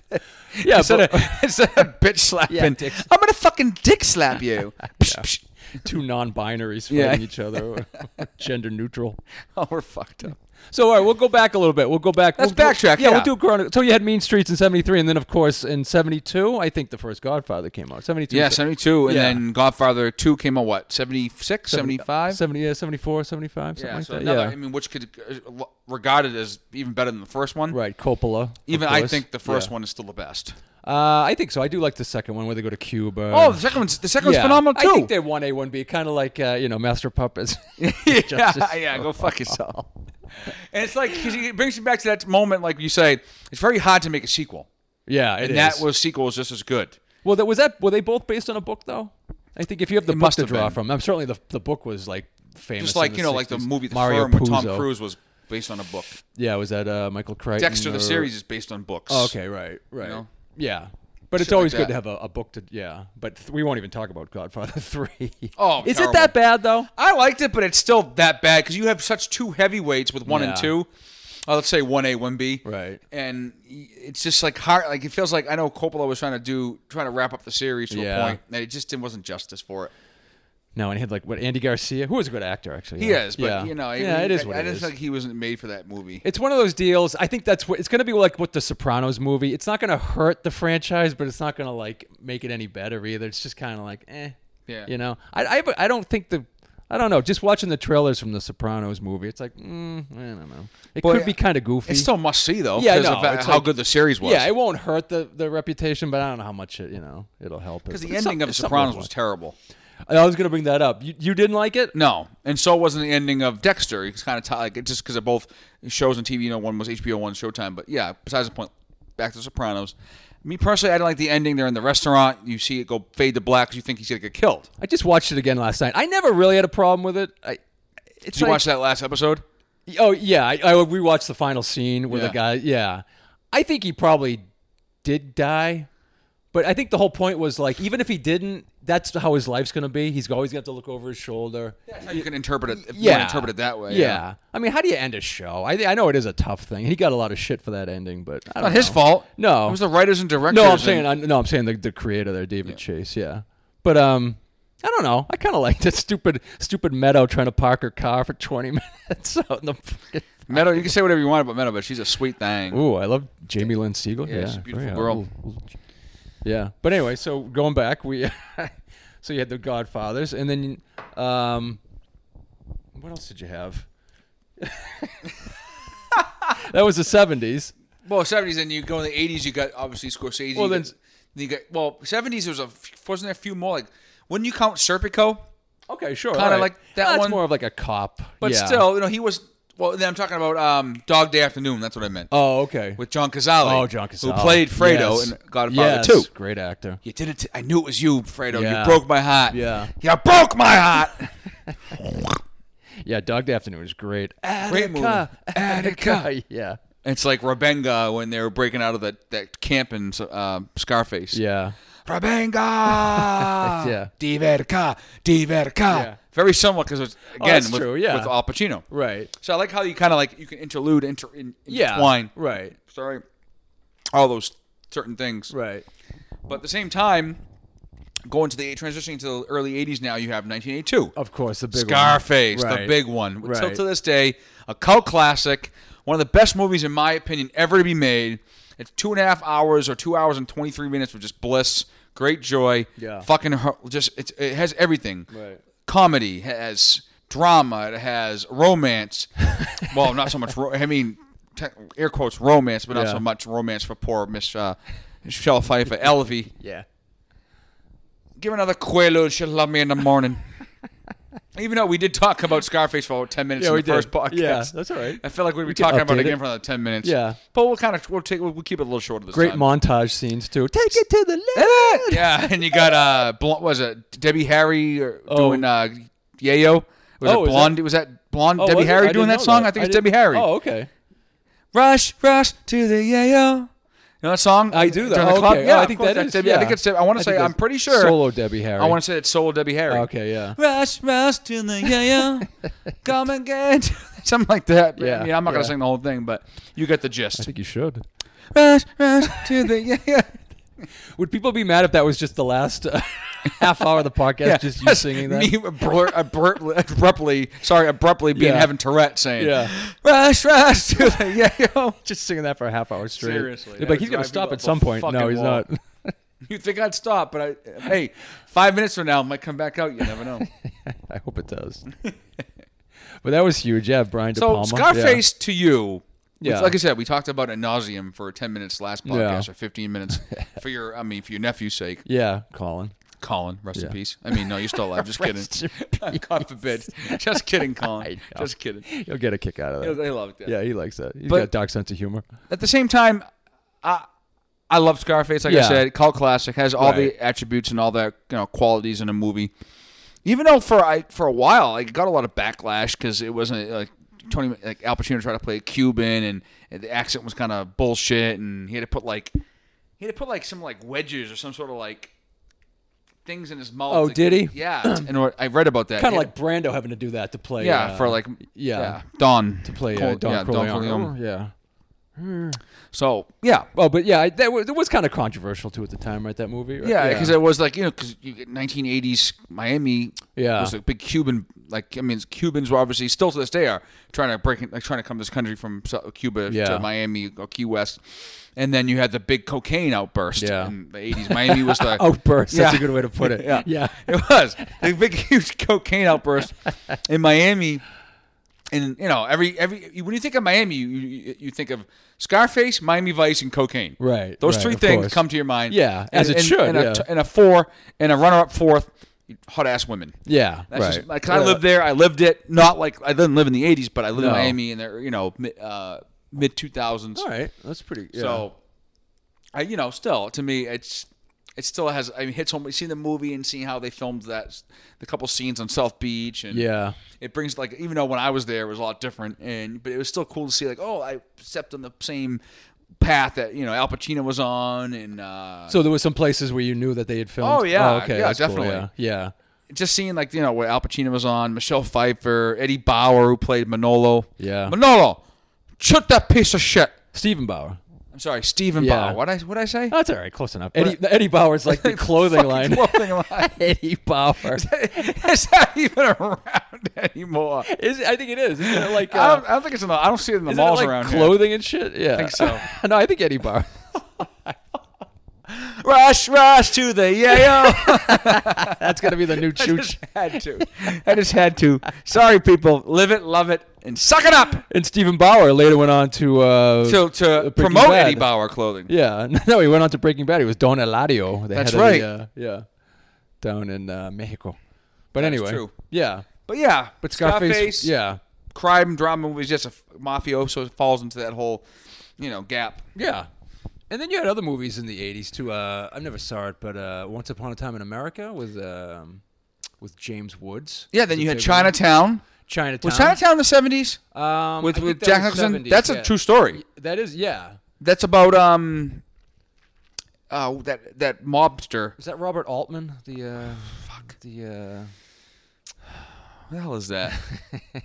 [SPEAKER 2] yeah,
[SPEAKER 1] Instead
[SPEAKER 2] but,
[SPEAKER 1] of, [laughs] instead of bitch slapping,
[SPEAKER 2] [laughs] Yeah, dick-
[SPEAKER 1] I'm going to fucking dick slap
[SPEAKER 2] [laughs]
[SPEAKER 1] you. Psh, psh.
[SPEAKER 2] two non-binaries
[SPEAKER 1] Yeah.
[SPEAKER 2] fighting each other, [laughs] gender neutral.
[SPEAKER 1] Oh, we're fucked up.
[SPEAKER 2] So all right, we'll go back a little bit. We'll go back.
[SPEAKER 1] Let's
[SPEAKER 2] we'll,
[SPEAKER 1] backtrack, yeah.
[SPEAKER 2] Yeah, we'll do chrono. So you had Mean Streets in '73, and then of course in '72, I think the first Godfather came out. '72.
[SPEAKER 1] Yeah, 72. And
[SPEAKER 2] Yeah.
[SPEAKER 1] then Godfather 2 came out, what, 76, 75?
[SPEAKER 2] 70, yeah, 74, 75, something
[SPEAKER 1] yeah,
[SPEAKER 2] like
[SPEAKER 1] so
[SPEAKER 2] that.
[SPEAKER 1] another,
[SPEAKER 2] yeah.
[SPEAKER 1] I mean, which could uh, regarded as even better than the first one.
[SPEAKER 2] Right, Coppola. of
[SPEAKER 1] Even I
[SPEAKER 2] course.
[SPEAKER 1] think the first
[SPEAKER 2] Yeah.
[SPEAKER 1] one is still the best.
[SPEAKER 2] Uh, I think so. I do like the second one where they go to Cuba.
[SPEAKER 1] Oh, the second one's the second one's
[SPEAKER 2] Yeah.
[SPEAKER 1] phenomenal too.
[SPEAKER 2] I think they're one A, one B, kind of like uh, you know Master of Puppets. [laughs]
[SPEAKER 1] [laughs] yeah, yeah, go fuck yourself. and it's like 'cause it brings you back to that moment, like you say, it's very hard to make a sequel,
[SPEAKER 2] yeah, it
[SPEAKER 1] and that
[SPEAKER 2] is.
[SPEAKER 1] was sequel is just as good.
[SPEAKER 2] well. That was that. Were they both based on a book though? I think if you have the book
[SPEAKER 1] must
[SPEAKER 2] to
[SPEAKER 1] have
[SPEAKER 2] draw
[SPEAKER 1] been.
[SPEAKER 2] from, I'm certainly the the book was like famous.
[SPEAKER 1] Just
[SPEAKER 2] in
[SPEAKER 1] like
[SPEAKER 2] the
[SPEAKER 1] you know, like the
[SPEAKER 2] 60s.
[SPEAKER 1] movie The
[SPEAKER 2] Mario
[SPEAKER 1] Firm with Tom
[SPEAKER 2] Puzo.
[SPEAKER 1] Cruise was based on a book.
[SPEAKER 2] Yeah, was that uh, Michael Crichton?
[SPEAKER 1] Dexter
[SPEAKER 2] or-
[SPEAKER 1] the series is based on books.
[SPEAKER 2] Oh, okay, right, right.
[SPEAKER 1] know?
[SPEAKER 2] Yeah, but it's
[SPEAKER 1] Shit like
[SPEAKER 2] always
[SPEAKER 1] that.
[SPEAKER 2] good to have a, a book to. Yeah, but th- we won't even talk about Godfather [laughs] three.
[SPEAKER 1] Oh,
[SPEAKER 2] is
[SPEAKER 1] terrible.
[SPEAKER 2] it that bad though?
[SPEAKER 1] I liked it, but it's still that bad because you have such two heavyweights with one and
[SPEAKER 2] Yeah.
[SPEAKER 1] two. Uh, let's say one A, one B.
[SPEAKER 2] Right.
[SPEAKER 1] And y- it's just like hard. Like it feels like I know Coppola was trying to do, trying to wrap up the series to
[SPEAKER 2] Yeah.
[SPEAKER 1] a point, and it just didn't, wasn't justice for it.
[SPEAKER 2] No, and he had like what Andy Garcia, who was a good actor actually.
[SPEAKER 1] He
[SPEAKER 2] yeah.
[SPEAKER 1] is, but
[SPEAKER 2] yeah.
[SPEAKER 1] you know,
[SPEAKER 2] yeah,
[SPEAKER 1] he-
[SPEAKER 2] it is
[SPEAKER 1] I,
[SPEAKER 2] what
[SPEAKER 1] I
[SPEAKER 2] it
[SPEAKER 1] just
[SPEAKER 2] is.
[SPEAKER 1] think he wasn't made for that movie.
[SPEAKER 2] It's one of those deals. I think that's what it's going to be like with the Sopranos movie. It's not going to hurt the franchise, but it's not going to like make it any better either. It's just kind of like, eh.
[SPEAKER 1] Yeah.
[SPEAKER 2] You know, I, I I don't think the I don't know. Just watching the trailers from the Sopranos movie, it's like, mm, I don't know. It
[SPEAKER 1] Boy,
[SPEAKER 2] could be kind of goofy.
[SPEAKER 1] It's still must see though,
[SPEAKER 2] Yeah, I
[SPEAKER 1] because
[SPEAKER 2] know.
[SPEAKER 1] of uh,
[SPEAKER 2] It's
[SPEAKER 1] how
[SPEAKER 2] like-
[SPEAKER 1] good the series was.
[SPEAKER 2] yeah, it won't hurt the, the reputation, but I don't know how much it you know it'll help.
[SPEAKER 1] because the ending of The Sopranos was terrible.
[SPEAKER 2] I was going to bring that up. You, you didn't like it?
[SPEAKER 1] No, and so wasn't the ending of Dexter. It's kind of t- like it's just because of both shows on TV. You know, one was HBO, one Showtime. But yeah, besides the point, back to The Sopranos. Me personally, I didn't like the ending. They're in the restaurant. You see it go fade to black. 'cause You think he's gonna get killed.
[SPEAKER 2] I just watched it again last night. I never really had a problem with it. I, it's
[SPEAKER 1] Did you
[SPEAKER 2] like-
[SPEAKER 1] watch that last episode?
[SPEAKER 2] Oh yeah, I, I rewatched the final scene where
[SPEAKER 1] Yeah.
[SPEAKER 2] the guy. Yeah, I think he probably did die, but I think the whole point was like, even if he didn't, that's how his life's gonna be. He's always gonna have to look over his shoulder.
[SPEAKER 1] That's how you can interpret it. If you
[SPEAKER 2] Yeah,
[SPEAKER 1] want to interpret it that way.
[SPEAKER 2] Yeah. I mean, how do you end a show? I I know it is a tough thing. He got a lot of shit for that ending, but I
[SPEAKER 1] not
[SPEAKER 2] don't
[SPEAKER 1] his
[SPEAKER 2] know.
[SPEAKER 1] fault.
[SPEAKER 2] No.
[SPEAKER 1] it was the writers and directors.
[SPEAKER 2] No, I'm uh,
[SPEAKER 1] and-
[SPEAKER 2] saying I, no, I'm saying the, the creator there, David Chase. Yeah, but um, I don't know. I kind of like [laughs] that stupid, stupid Meadow trying to park her car for 20 [laughs] minutes out in the. fucking-
[SPEAKER 1] Meadow, you can say whatever you want about Meadow, but she's a sweet thing.
[SPEAKER 2] Ooh, I love Jamie Lynn Siegel.
[SPEAKER 1] Yeah, she's a beautiful
[SPEAKER 2] yeah.
[SPEAKER 1] girl.
[SPEAKER 2] Ooh. Yeah, but anyway, so going back, we [laughs] so you had the Godfathers, and then um, what else did you have? [laughs] that was the '70s.
[SPEAKER 1] Well, seventies, and you go in the eighties. You got obviously Scorsese.
[SPEAKER 2] Well,
[SPEAKER 1] Well,
[SPEAKER 2] then-
[SPEAKER 1] then you got well seventies. There was a f- wasn't there a few more like wouldn't you count Serpico?
[SPEAKER 2] Okay, sure.
[SPEAKER 1] Kinda
[SPEAKER 2] all right.
[SPEAKER 1] like that
[SPEAKER 2] That's
[SPEAKER 1] one.
[SPEAKER 2] more of like a cop,
[SPEAKER 1] But
[SPEAKER 2] yeah.
[SPEAKER 1] still, you know, he was. Well, then I'm talking about um, Dog Day Afternoon. That's what I meant
[SPEAKER 2] Oh, okay.
[SPEAKER 1] with John Cazale.
[SPEAKER 2] oh, John Cazale,
[SPEAKER 1] who played Fredo
[SPEAKER 2] Yes.
[SPEAKER 1] in Godfather
[SPEAKER 2] Yes.
[SPEAKER 1] Two.
[SPEAKER 2] Great actor.
[SPEAKER 1] You did it. T- I knew it was you, Fredo.
[SPEAKER 2] Yeah.
[SPEAKER 1] You broke my heart.
[SPEAKER 2] Yeah.
[SPEAKER 1] You broke my heart. [laughs]
[SPEAKER 2] Yeah, Dog Day Afternoon was great.
[SPEAKER 1] Great movie. Attica.
[SPEAKER 2] [laughs] yeah.
[SPEAKER 1] It's like Rabenga when they were breaking out of that, that camp in uh, Scarface.
[SPEAKER 2] Yeah.
[SPEAKER 1] [laughs] Rabenga.
[SPEAKER 2] Yeah.
[SPEAKER 1] Diverka. Diverka.
[SPEAKER 2] Yeah.
[SPEAKER 1] Very similar because it's again
[SPEAKER 2] Oh, that's
[SPEAKER 1] with,
[SPEAKER 2] true, yeah.
[SPEAKER 1] with Al Pacino.
[SPEAKER 2] Right.
[SPEAKER 1] So I like how you kind of like you can interlude, inter, in,
[SPEAKER 2] Yeah.
[SPEAKER 1] intertwine.
[SPEAKER 2] Right.
[SPEAKER 1] Sorry, all those certain things.
[SPEAKER 2] Right.
[SPEAKER 1] But at the same time, going to the transitioning to the early '80s now, you have 1982.
[SPEAKER 2] Of course, the big one.
[SPEAKER 1] Scarface, the
[SPEAKER 2] Right.
[SPEAKER 1] big one. Till
[SPEAKER 2] Right.
[SPEAKER 1] to this day, a cult classic, one of the best movies in my opinion ever to be made. It's two and a half hours or two hours and twenty three minutes of just bliss, great joy.
[SPEAKER 2] Yeah.
[SPEAKER 1] fucking ho- just it's, it has everything.
[SPEAKER 2] Right.
[SPEAKER 1] Comedy has drama. It has
[SPEAKER 2] [laughs]
[SPEAKER 1] romance. well, not so much. Ro- I mean, te- air quotes romance, but not
[SPEAKER 2] Yeah.
[SPEAKER 1] so much romance for poor Miss uh, Michelle Pfeiffer, Elvie.
[SPEAKER 2] Yeah.
[SPEAKER 1] Give her another Quaalude. She'll love me in the
[SPEAKER 2] [laughs]
[SPEAKER 1] morning. Even though we did talk about Scarface for about ten minutes
[SPEAKER 2] Yeah,
[SPEAKER 1] in
[SPEAKER 2] we
[SPEAKER 1] the
[SPEAKER 2] did.
[SPEAKER 1] first podcast,
[SPEAKER 2] Yeah, that's all right.
[SPEAKER 1] I feel like we'd be
[SPEAKER 2] can
[SPEAKER 1] talking about
[SPEAKER 2] update
[SPEAKER 1] it again
[SPEAKER 2] it.
[SPEAKER 1] for another ten minutes.
[SPEAKER 2] Yeah.
[SPEAKER 1] but we'll kind of we'll take we'll keep it a little shorter this
[SPEAKER 2] Great
[SPEAKER 1] time.
[SPEAKER 2] montage scenes too. Take it to the
[SPEAKER 1] [laughs]
[SPEAKER 2] left.
[SPEAKER 1] yeah, and you got uh, Bl- what was it Debbie Harry or doing uh, Yayo? Was
[SPEAKER 2] Oh,
[SPEAKER 1] it
[SPEAKER 2] is
[SPEAKER 1] blonde? Was that blonde
[SPEAKER 2] Oh,
[SPEAKER 1] Debbie
[SPEAKER 2] was it?
[SPEAKER 1] Harry doing
[SPEAKER 2] I didn't
[SPEAKER 1] that
[SPEAKER 2] know
[SPEAKER 1] song? I think it's
[SPEAKER 2] didn't-
[SPEAKER 1] Debbie Harry.
[SPEAKER 2] Oh, okay.
[SPEAKER 1] Rush, rush to the yayo. You know that song?
[SPEAKER 2] I do that.
[SPEAKER 1] During the
[SPEAKER 2] Oh,
[SPEAKER 1] club?
[SPEAKER 2] okay.
[SPEAKER 1] Yeah,
[SPEAKER 2] Oh, I
[SPEAKER 1] of
[SPEAKER 2] think
[SPEAKER 1] course,
[SPEAKER 2] that
[SPEAKER 1] that's
[SPEAKER 2] is-
[SPEAKER 1] Debbie. I
[SPEAKER 2] yeah.
[SPEAKER 1] think it's. Debbie- I want
[SPEAKER 2] I
[SPEAKER 1] to
[SPEAKER 2] think
[SPEAKER 1] say. I'm
[SPEAKER 2] that's
[SPEAKER 1] pretty sure.
[SPEAKER 2] solo Debbie Harry.
[SPEAKER 1] I want to say it's solo Debbie Harry. [laughs]
[SPEAKER 2] Okay, yeah.
[SPEAKER 1] Rush, rush to the
[SPEAKER 2] [laughs]
[SPEAKER 1] yayo. Come and get [laughs] something like that.
[SPEAKER 2] Yeah,
[SPEAKER 1] I mean, I'm not gonna
[SPEAKER 2] yeah.
[SPEAKER 1] sing the whole thing, but you get the gist.
[SPEAKER 2] I think you should.
[SPEAKER 1] Rush, rush to the
[SPEAKER 2] [laughs]
[SPEAKER 1] yayo.
[SPEAKER 2] Would people be mad if that was just the last uh, [laughs] half hour of the podcast? Just you singing that?
[SPEAKER 1] Me [laughs] abru- abru- abruptly, sorry, abruptly being
[SPEAKER 2] Yeah.
[SPEAKER 1] having Tourette saying,
[SPEAKER 2] Yeah.
[SPEAKER 1] "Rush, rush to the
[SPEAKER 2] [laughs]
[SPEAKER 1] yayo."
[SPEAKER 2] Just singing that for a half hour straight.
[SPEAKER 1] Seriously,
[SPEAKER 2] They'd be
[SPEAKER 1] that
[SPEAKER 2] like
[SPEAKER 1] would
[SPEAKER 2] he's gonna
[SPEAKER 1] drive
[SPEAKER 2] stop
[SPEAKER 1] people up
[SPEAKER 2] at some
[SPEAKER 1] a
[SPEAKER 2] point. No,
[SPEAKER 1] fucking
[SPEAKER 2] he's
[SPEAKER 1] wall.
[SPEAKER 2] not.
[SPEAKER 1] You think I'd stop, but I, hey, five minutes from now, I might come back out. You never
[SPEAKER 2] [laughs]
[SPEAKER 1] know.
[SPEAKER 2] I hope it does. [laughs] but that was huge. Yeah, Brian De
[SPEAKER 1] So
[SPEAKER 2] Palma.
[SPEAKER 1] Scarface to you. which,
[SPEAKER 2] Yeah.
[SPEAKER 1] Like I said, we talked about ad nauseum for ten minutes last podcast
[SPEAKER 2] Yeah.
[SPEAKER 1] or fifteen
[SPEAKER 2] [laughs]
[SPEAKER 1] minutes for your, I mean, for your nephew's sake,
[SPEAKER 2] Yeah, yeah Colin.
[SPEAKER 1] Colin. Rest in peace. I mean, no, you're still alive. [laughs] Just kidding. God forbid. Just [laughs] kidding, Colin.
[SPEAKER 2] I know.
[SPEAKER 1] Just kidding.
[SPEAKER 2] You'll get a kick out of that.
[SPEAKER 1] They loved it.
[SPEAKER 2] Yeah, he likes that. He's
[SPEAKER 1] But-
[SPEAKER 2] got a dark sense of humor.
[SPEAKER 1] At the same time, I I love Scarface. Like
[SPEAKER 2] Yeah.
[SPEAKER 1] I said, cult classic has all
[SPEAKER 2] Right.
[SPEAKER 1] the attributes and all the you know qualities in a movie. Even though for I for a while I got a lot of backlash because it wasn't like Tony like Al Pacino tried to play a Cuban and, and the accent was kind of bullshit and he had to put like he had to put like some like wedges or some sort of like things in his mouth.
[SPEAKER 2] Oh,
[SPEAKER 1] to-
[SPEAKER 2] did he?
[SPEAKER 1] Yeah, and I read about that.
[SPEAKER 2] Kind
[SPEAKER 1] He
[SPEAKER 2] of
[SPEAKER 1] had-
[SPEAKER 2] like Brando having to do that to play.
[SPEAKER 1] yeah
[SPEAKER 2] uh,
[SPEAKER 1] for like
[SPEAKER 2] yeah.
[SPEAKER 1] Don to
[SPEAKER 2] play uh, Don Corleone. Oh, yeah.
[SPEAKER 1] So yeah,
[SPEAKER 2] Oh, but yeah, I- that was, it was kind of controversial too at the time, right? That movie. Right?
[SPEAKER 1] Yeah,
[SPEAKER 2] [laughs]
[SPEAKER 1] because it was like you know, because 1980s Miami
[SPEAKER 2] Yeah.
[SPEAKER 1] was a big Cuban. Like I mean, Cubans were obviously still to this day are trying to break, like trying to come to this country from Su- Cuba
[SPEAKER 2] Yeah.
[SPEAKER 1] to Miami or Key West, and then you had the big cocaine outburst
[SPEAKER 2] Yeah.
[SPEAKER 1] in the 80s. Miami
[SPEAKER 2] [laughs]
[SPEAKER 1] was the
[SPEAKER 2] outburst. That's Oh, a
[SPEAKER 1] Yeah.
[SPEAKER 2] good way to put it.
[SPEAKER 1] Yeah.
[SPEAKER 2] [laughs] yeah.
[SPEAKER 1] it was the big huge [laughs] cocaine
[SPEAKER 2] [laughs]
[SPEAKER 1] outburst in Miami. And you know, every every when you think of Miami, you, you, you think of Scarface, Miami Vice, and cocaine.
[SPEAKER 2] Right,
[SPEAKER 1] Those
[SPEAKER 2] right,
[SPEAKER 1] three
[SPEAKER 2] of
[SPEAKER 1] things
[SPEAKER 2] course.
[SPEAKER 1] come to your mind.
[SPEAKER 2] Yeah, as it
[SPEAKER 1] and,
[SPEAKER 2] should,
[SPEAKER 1] And a,
[SPEAKER 2] yeah.
[SPEAKER 1] t- and a four and a runner-up fourth, hot ass women.
[SPEAKER 2] Yeah,
[SPEAKER 1] That's
[SPEAKER 2] right.
[SPEAKER 1] just like 'cause I
[SPEAKER 2] Yeah.
[SPEAKER 1] lived there. I lived it. Not like I didn't live in the '80s, but I lived
[SPEAKER 2] No.
[SPEAKER 1] in Miami in the you know mid, uh, mid 2000s.
[SPEAKER 2] All right, that's pretty. Yeah.
[SPEAKER 1] So, I, you know, still to me, it's it still has. I mean, hits home. Seeing the movie and seeing how they filmed that, the couple scenes on South Beach, and
[SPEAKER 2] yeah,
[SPEAKER 1] it brings like even though when I was there, it was a lot different, and but it was still cool to see like, oh, I stepped on the same path that you know Al Pacino was on, and uh,
[SPEAKER 2] so there were some places where you knew that they had filmed.
[SPEAKER 1] Oh, yeah,
[SPEAKER 2] okay,
[SPEAKER 1] yeah,
[SPEAKER 2] that's cool,
[SPEAKER 1] definitely.
[SPEAKER 2] yeah, yeah.
[SPEAKER 1] just seeing like you know what Al Pacino was on, Michelle Pfeiffer, Eddie Bauer who played Manolo,
[SPEAKER 2] Yeah.
[SPEAKER 1] Manolo, shoot that piece of shit.
[SPEAKER 2] Stephen Bauer.
[SPEAKER 1] I'm I'm sorry, Stephen
[SPEAKER 2] Yeah.
[SPEAKER 1] Bauer. What I what I say?
[SPEAKER 2] That's Oh, all right, close enough. Eddie, Eddie Bauer's like [laughs] the clothing
[SPEAKER 1] [laughs] Fucking
[SPEAKER 2] line.
[SPEAKER 1] Clothing line.
[SPEAKER 2] [laughs] Eddie Bauer.
[SPEAKER 1] [laughs] it's not even around [laughs] anymore.
[SPEAKER 2] Is, [laughs] I think it is. Isn't it like
[SPEAKER 1] I,
[SPEAKER 2] uh,
[SPEAKER 1] don't, I don't think it's in the. I don't see it in the
[SPEAKER 2] isn't it
[SPEAKER 1] malls
[SPEAKER 2] like
[SPEAKER 1] around here.
[SPEAKER 2] clothing and shit? Yeah, I
[SPEAKER 1] think so.
[SPEAKER 2] [laughs] no, I think Eddie Bauer.
[SPEAKER 1] Rush, rush to the [laughs] yayo.
[SPEAKER 2] That's gonna be the [laughs] new
[SPEAKER 1] I
[SPEAKER 2] chooch.
[SPEAKER 1] just had to. [laughs] I just had to. Sorry, people. Live it, love it, and suck it up.
[SPEAKER 2] And Stephen Bauer later went on to uh,
[SPEAKER 1] To to
[SPEAKER 2] Breaking
[SPEAKER 1] promote
[SPEAKER 2] Bad.
[SPEAKER 1] Eddie Bauer clothing.
[SPEAKER 2] Yeah, [laughs] no, he went on to Breaking Bad. He was Don Eladio. They
[SPEAKER 1] That's
[SPEAKER 2] had a,
[SPEAKER 1] right.
[SPEAKER 2] uh, yeah, down in uh, Mexico. But
[SPEAKER 1] That's
[SPEAKER 2] anyway,
[SPEAKER 1] true.
[SPEAKER 2] yeah.
[SPEAKER 1] But yeah,
[SPEAKER 2] But Scarface, yeah,
[SPEAKER 1] crime drama movies. Just a f- mafioso falls into that whole, you know, gap.
[SPEAKER 2] yeah. And then you had other movies in the '80s too. Uh, I never saw it, but uh, Once Upon a Time in America with um, with James Woods.
[SPEAKER 1] Yeah. Then
[SPEAKER 2] Was
[SPEAKER 1] you
[SPEAKER 2] a
[SPEAKER 1] had
[SPEAKER 2] big one.
[SPEAKER 1] Chinatown.
[SPEAKER 2] Chinatown.
[SPEAKER 1] Was Chinatown in the seventies
[SPEAKER 2] Um,
[SPEAKER 1] with
[SPEAKER 2] I think
[SPEAKER 1] with
[SPEAKER 2] that
[SPEAKER 1] Jack
[SPEAKER 2] was
[SPEAKER 1] Nicholson?
[SPEAKER 2] 70s,
[SPEAKER 1] That's a
[SPEAKER 2] yeah.
[SPEAKER 1] true story.
[SPEAKER 2] That is, yeah.
[SPEAKER 1] That's about um, uh, that that mobster.
[SPEAKER 2] Is that Robert Altman? The uh, [sighs] fuck. The
[SPEAKER 1] What the hell is
[SPEAKER 2] [laughs]
[SPEAKER 1] that?
[SPEAKER 2] uh,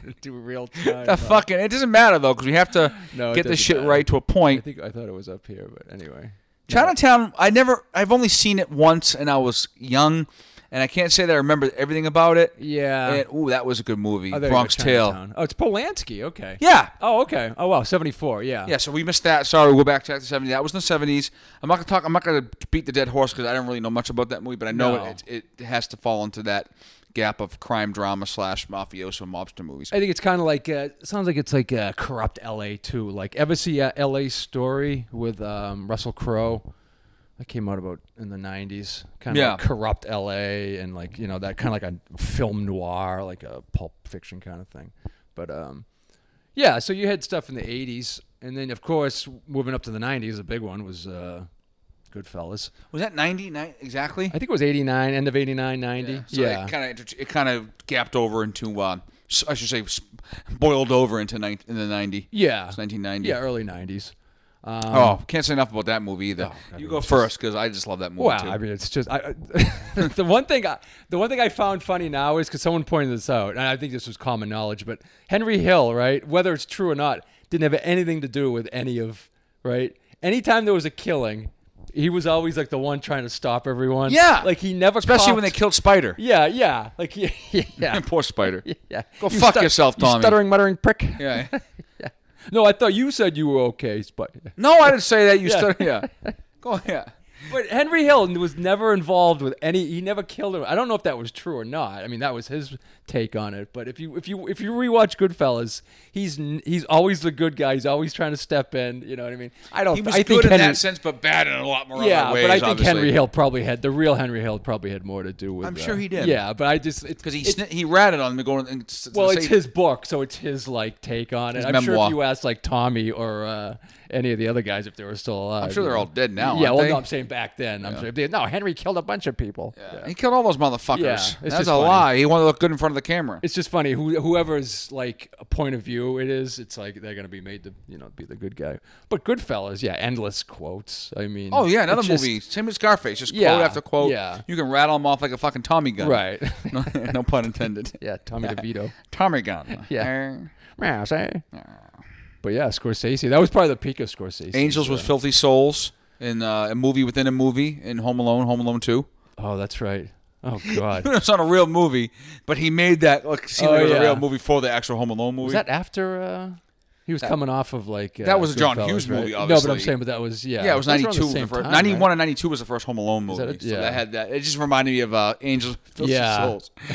[SPEAKER 2] [laughs] do real time.
[SPEAKER 1] the fucking. It doesn't matter though, because we have to
[SPEAKER 2] No, it
[SPEAKER 1] get this
[SPEAKER 2] doesn't
[SPEAKER 1] shit
[SPEAKER 2] matter.
[SPEAKER 1] right to a
[SPEAKER 2] I
[SPEAKER 1] point.
[SPEAKER 2] think I thought it was up here, but anyway.
[SPEAKER 1] Chinatown. I never. I've only seen it once, and I was young, and I can't say that I remember everything about it.
[SPEAKER 2] Yeah.
[SPEAKER 1] And ooh, that was a good movie.
[SPEAKER 2] Oh, there you go,
[SPEAKER 1] Bronx Tale.
[SPEAKER 2] Chinatown. Oh, it's Polanski. Okay.
[SPEAKER 1] Yeah.
[SPEAKER 2] Oh, okay. Oh, wow. 74. Yeah.
[SPEAKER 1] Yeah, so we missed that. Sorry, we'll go back to the '70s. That was in the '70s. I'm not gonna talk. I'm not gonna beat the dead horse because I don't really know much about that movie, but I know
[SPEAKER 2] No.
[SPEAKER 1] it, it. It has to fall into that gap of crime drama slash mafioso mobster movies.
[SPEAKER 2] I think it's kind of like, uh, it sounds like it's like uh, corrupt LA too. Like, ever see uh, LA Story with um, Russell Crowe? That came out about in the 90s. Kind of
[SPEAKER 1] Yeah.
[SPEAKER 2] like corrupt LA and like, you know, that kind of like a film noir, like a pulp fiction kind of thing. But um, yeah, so you had stuff in the 80s. And then, of course, moving up to the 90s, a big one was uh, Goodfellas.
[SPEAKER 1] Was that '99 exactly?
[SPEAKER 2] I think it was 89, end of 89, 90. Yeah.
[SPEAKER 1] So it kind of it kind of gapped over into uh, s- I should say s- boiled over into nine in the '90.
[SPEAKER 2] Yeah.
[SPEAKER 1] It's 1990.
[SPEAKER 2] Yeah, early 90s. Um, Oh,
[SPEAKER 1] Oh, can't say enough about that movie either. you
[SPEAKER 2] mean,
[SPEAKER 1] go first because I just love that movie
[SPEAKER 2] Wow,
[SPEAKER 1] too.
[SPEAKER 2] I mean, it's just I, I- [laughs] the one thing. I, the one thing I found funny now is because someone pointed this out, and I think this was common knowledge. But Henry Hill, right? Whether it's true or not, didn't have anything to do with any of right. Anytime there was a killing, he was always like the one trying to stop everyone.
[SPEAKER 1] Yeah.
[SPEAKER 2] like he never,
[SPEAKER 1] Especially when they
[SPEAKER 2] coughed-
[SPEAKER 1] killed Spider. [laughs]
[SPEAKER 2] Yeah, yeah, like [laughs] yeah, yeah,
[SPEAKER 1] Poor Spider.
[SPEAKER 2] yeah.
[SPEAKER 1] Go fuck
[SPEAKER 2] stut-
[SPEAKER 1] yourself,
[SPEAKER 2] you
[SPEAKER 1] Tommy.
[SPEAKER 2] stuttering, muttering prick.
[SPEAKER 1] Yeah.
[SPEAKER 2] yeah. No, I thought you said you were okay, but
[SPEAKER 1] No, I didn't say that. You
[SPEAKER 2] Yeah.
[SPEAKER 1] still yeah.
[SPEAKER 2] [laughs]
[SPEAKER 1] Go yeah.
[SPEAKER 2] But Henry Hill was never involved with any. He never killed him. I don't know if that was true or not. I mean, that was his take on it. But if you if you if you rewatch Goodfellas, he's n- he's always the good guy. He's always trying to step in. You know what I mean? I don't.
[SPEAKER 1] He was
[SPEAKER 2] I
[SPEAKER 1] good
[SPEAKER 2] think
[SPEAKER 1] in
[SPEAKER 2] Henry,
[SPEAKER 1] that sense, but bad in a lot more
[SPEAKER 2] Yeah,
[SPEAKER 1] other ways.
[SPEAKER 2] but I think
[SPEAKER 1] obviously.
[SPEAKER 2] Henry Hill probably had the real Henry Hill probably had more to do with.
[SPEAKER 1] I'm
[SPEAKER 2] uh,
[SPEAKER 1] sure he did.
[SPEAKER 2] Yeah, but I just
[SPEAKER 1] because he
[SPEAKER 2] it's,
[SPEAKER 1] sni he ratted on him going. And s-
[SPEAKER 2] well,
[SPEAKER 1] say-
[SPEAKER 2] it's his book, so it's his like take on it. I'm sure
[SPEAKER 1] memoir.
[SPEAKER 2] if you asked like Tommy or uh, any of the other guys if they were still alive,
[SPEAKER 1] I'm sure they're all dead now.
[SPEAKER 2] yeah,
[SPEAKER 1] aren't
[SPEAKER 2] well,
[SPEAKER 1] they?
[SPEAKER 2] no, I'm saying back then. I'm sure if they, no, Henry killed a bunch of people.
[SPEAKER 1] Yeah. He killed all those motherfuckers.
[SPEAKER 2] it's
[SPEAKER 1] That's a
[SPEAKER 2] just funny.
[SPEAKER 1] lie. He wanted to look good in front of the camera.
[SPEAKER 2] It's just funny. Who, whoever's like a point of view it is, it's like they're gonna be made to you know be the good guy. But Goodfellas, yeah, endless quotes. I mean,
[SPEAKER 1] Oh yeah, another
[SPEAKER 2] it's just-
[SPEAKER 1] movie. Same as Scarface. Just
[SPEAKER 2] Yeah,
[SPEAKER 1] quote after quote.
[SPEAKER 2] yeah.
[SPEAKER 1] You can rattle them off like a fucking Tommy gun.
[SPEAKER 2] right?
[SPEAKER 1] No, [laughs] no pun intended.
[SPEAKER 2] [laughs] yeah, Tommy DeVito.
[SPEAKER 1] Tommy gun.
[SPEAKER 2] Yeah.
[SPEAKER 1] Eh.
[SPEAKER 2] Meow, say. But yeah, Scorsese. That was probably the peak of Scorsese.
[SPEAKER 1] Angels was filthy souls in uh, a movie within a movie in Home Alone, Home Alone Two. [laughs]
[SPEAKER 2] Oh, that's right. Oh God.
[SPEAKER 1] it's not a real movie, but he made that look seem like
[SPEAKER 2] Oh,
[SPEAKER 1] it was a
[SPEAKER 2] yeah.
[SPEAKER 1] real movie for the actual Home Alone movie.
[SPEAKER 2] Was that after uh, he was coming off of like uh,
[SPEAKER 1] That was a John
[SPEAKER 2] Goodfellas,
[SPEAKER 1] Hughes movie,
[SPEAKER 2] right? No, but
[SPEAKER 1] obviously.
[SPEAKER 2] I'm saying, but that was yeah.
[SPEAKER 1] yeah, it was
[SPEAKER 2] that's
[SPEAKER 1] ninety
[SPEAKER 2] around
[SPEAKER 1] two.
[SPEAKER 2] the same time,
[SPEAKER 1] Ninety
[SPEAKER 2] right?
[SPEAKER 1] one and ninety two was the first Home Alone movie.
[SPEAKER 2] that it?
[SPEAKER 1] So
[SPEAKER 2] Yeah.
[SPEAKER 1] that had that. It just reminded me of uh, Angels Filthy
[SPEAKER 2] Yeah. [laughs]
[SPEAKER 1] Souls. [laughs]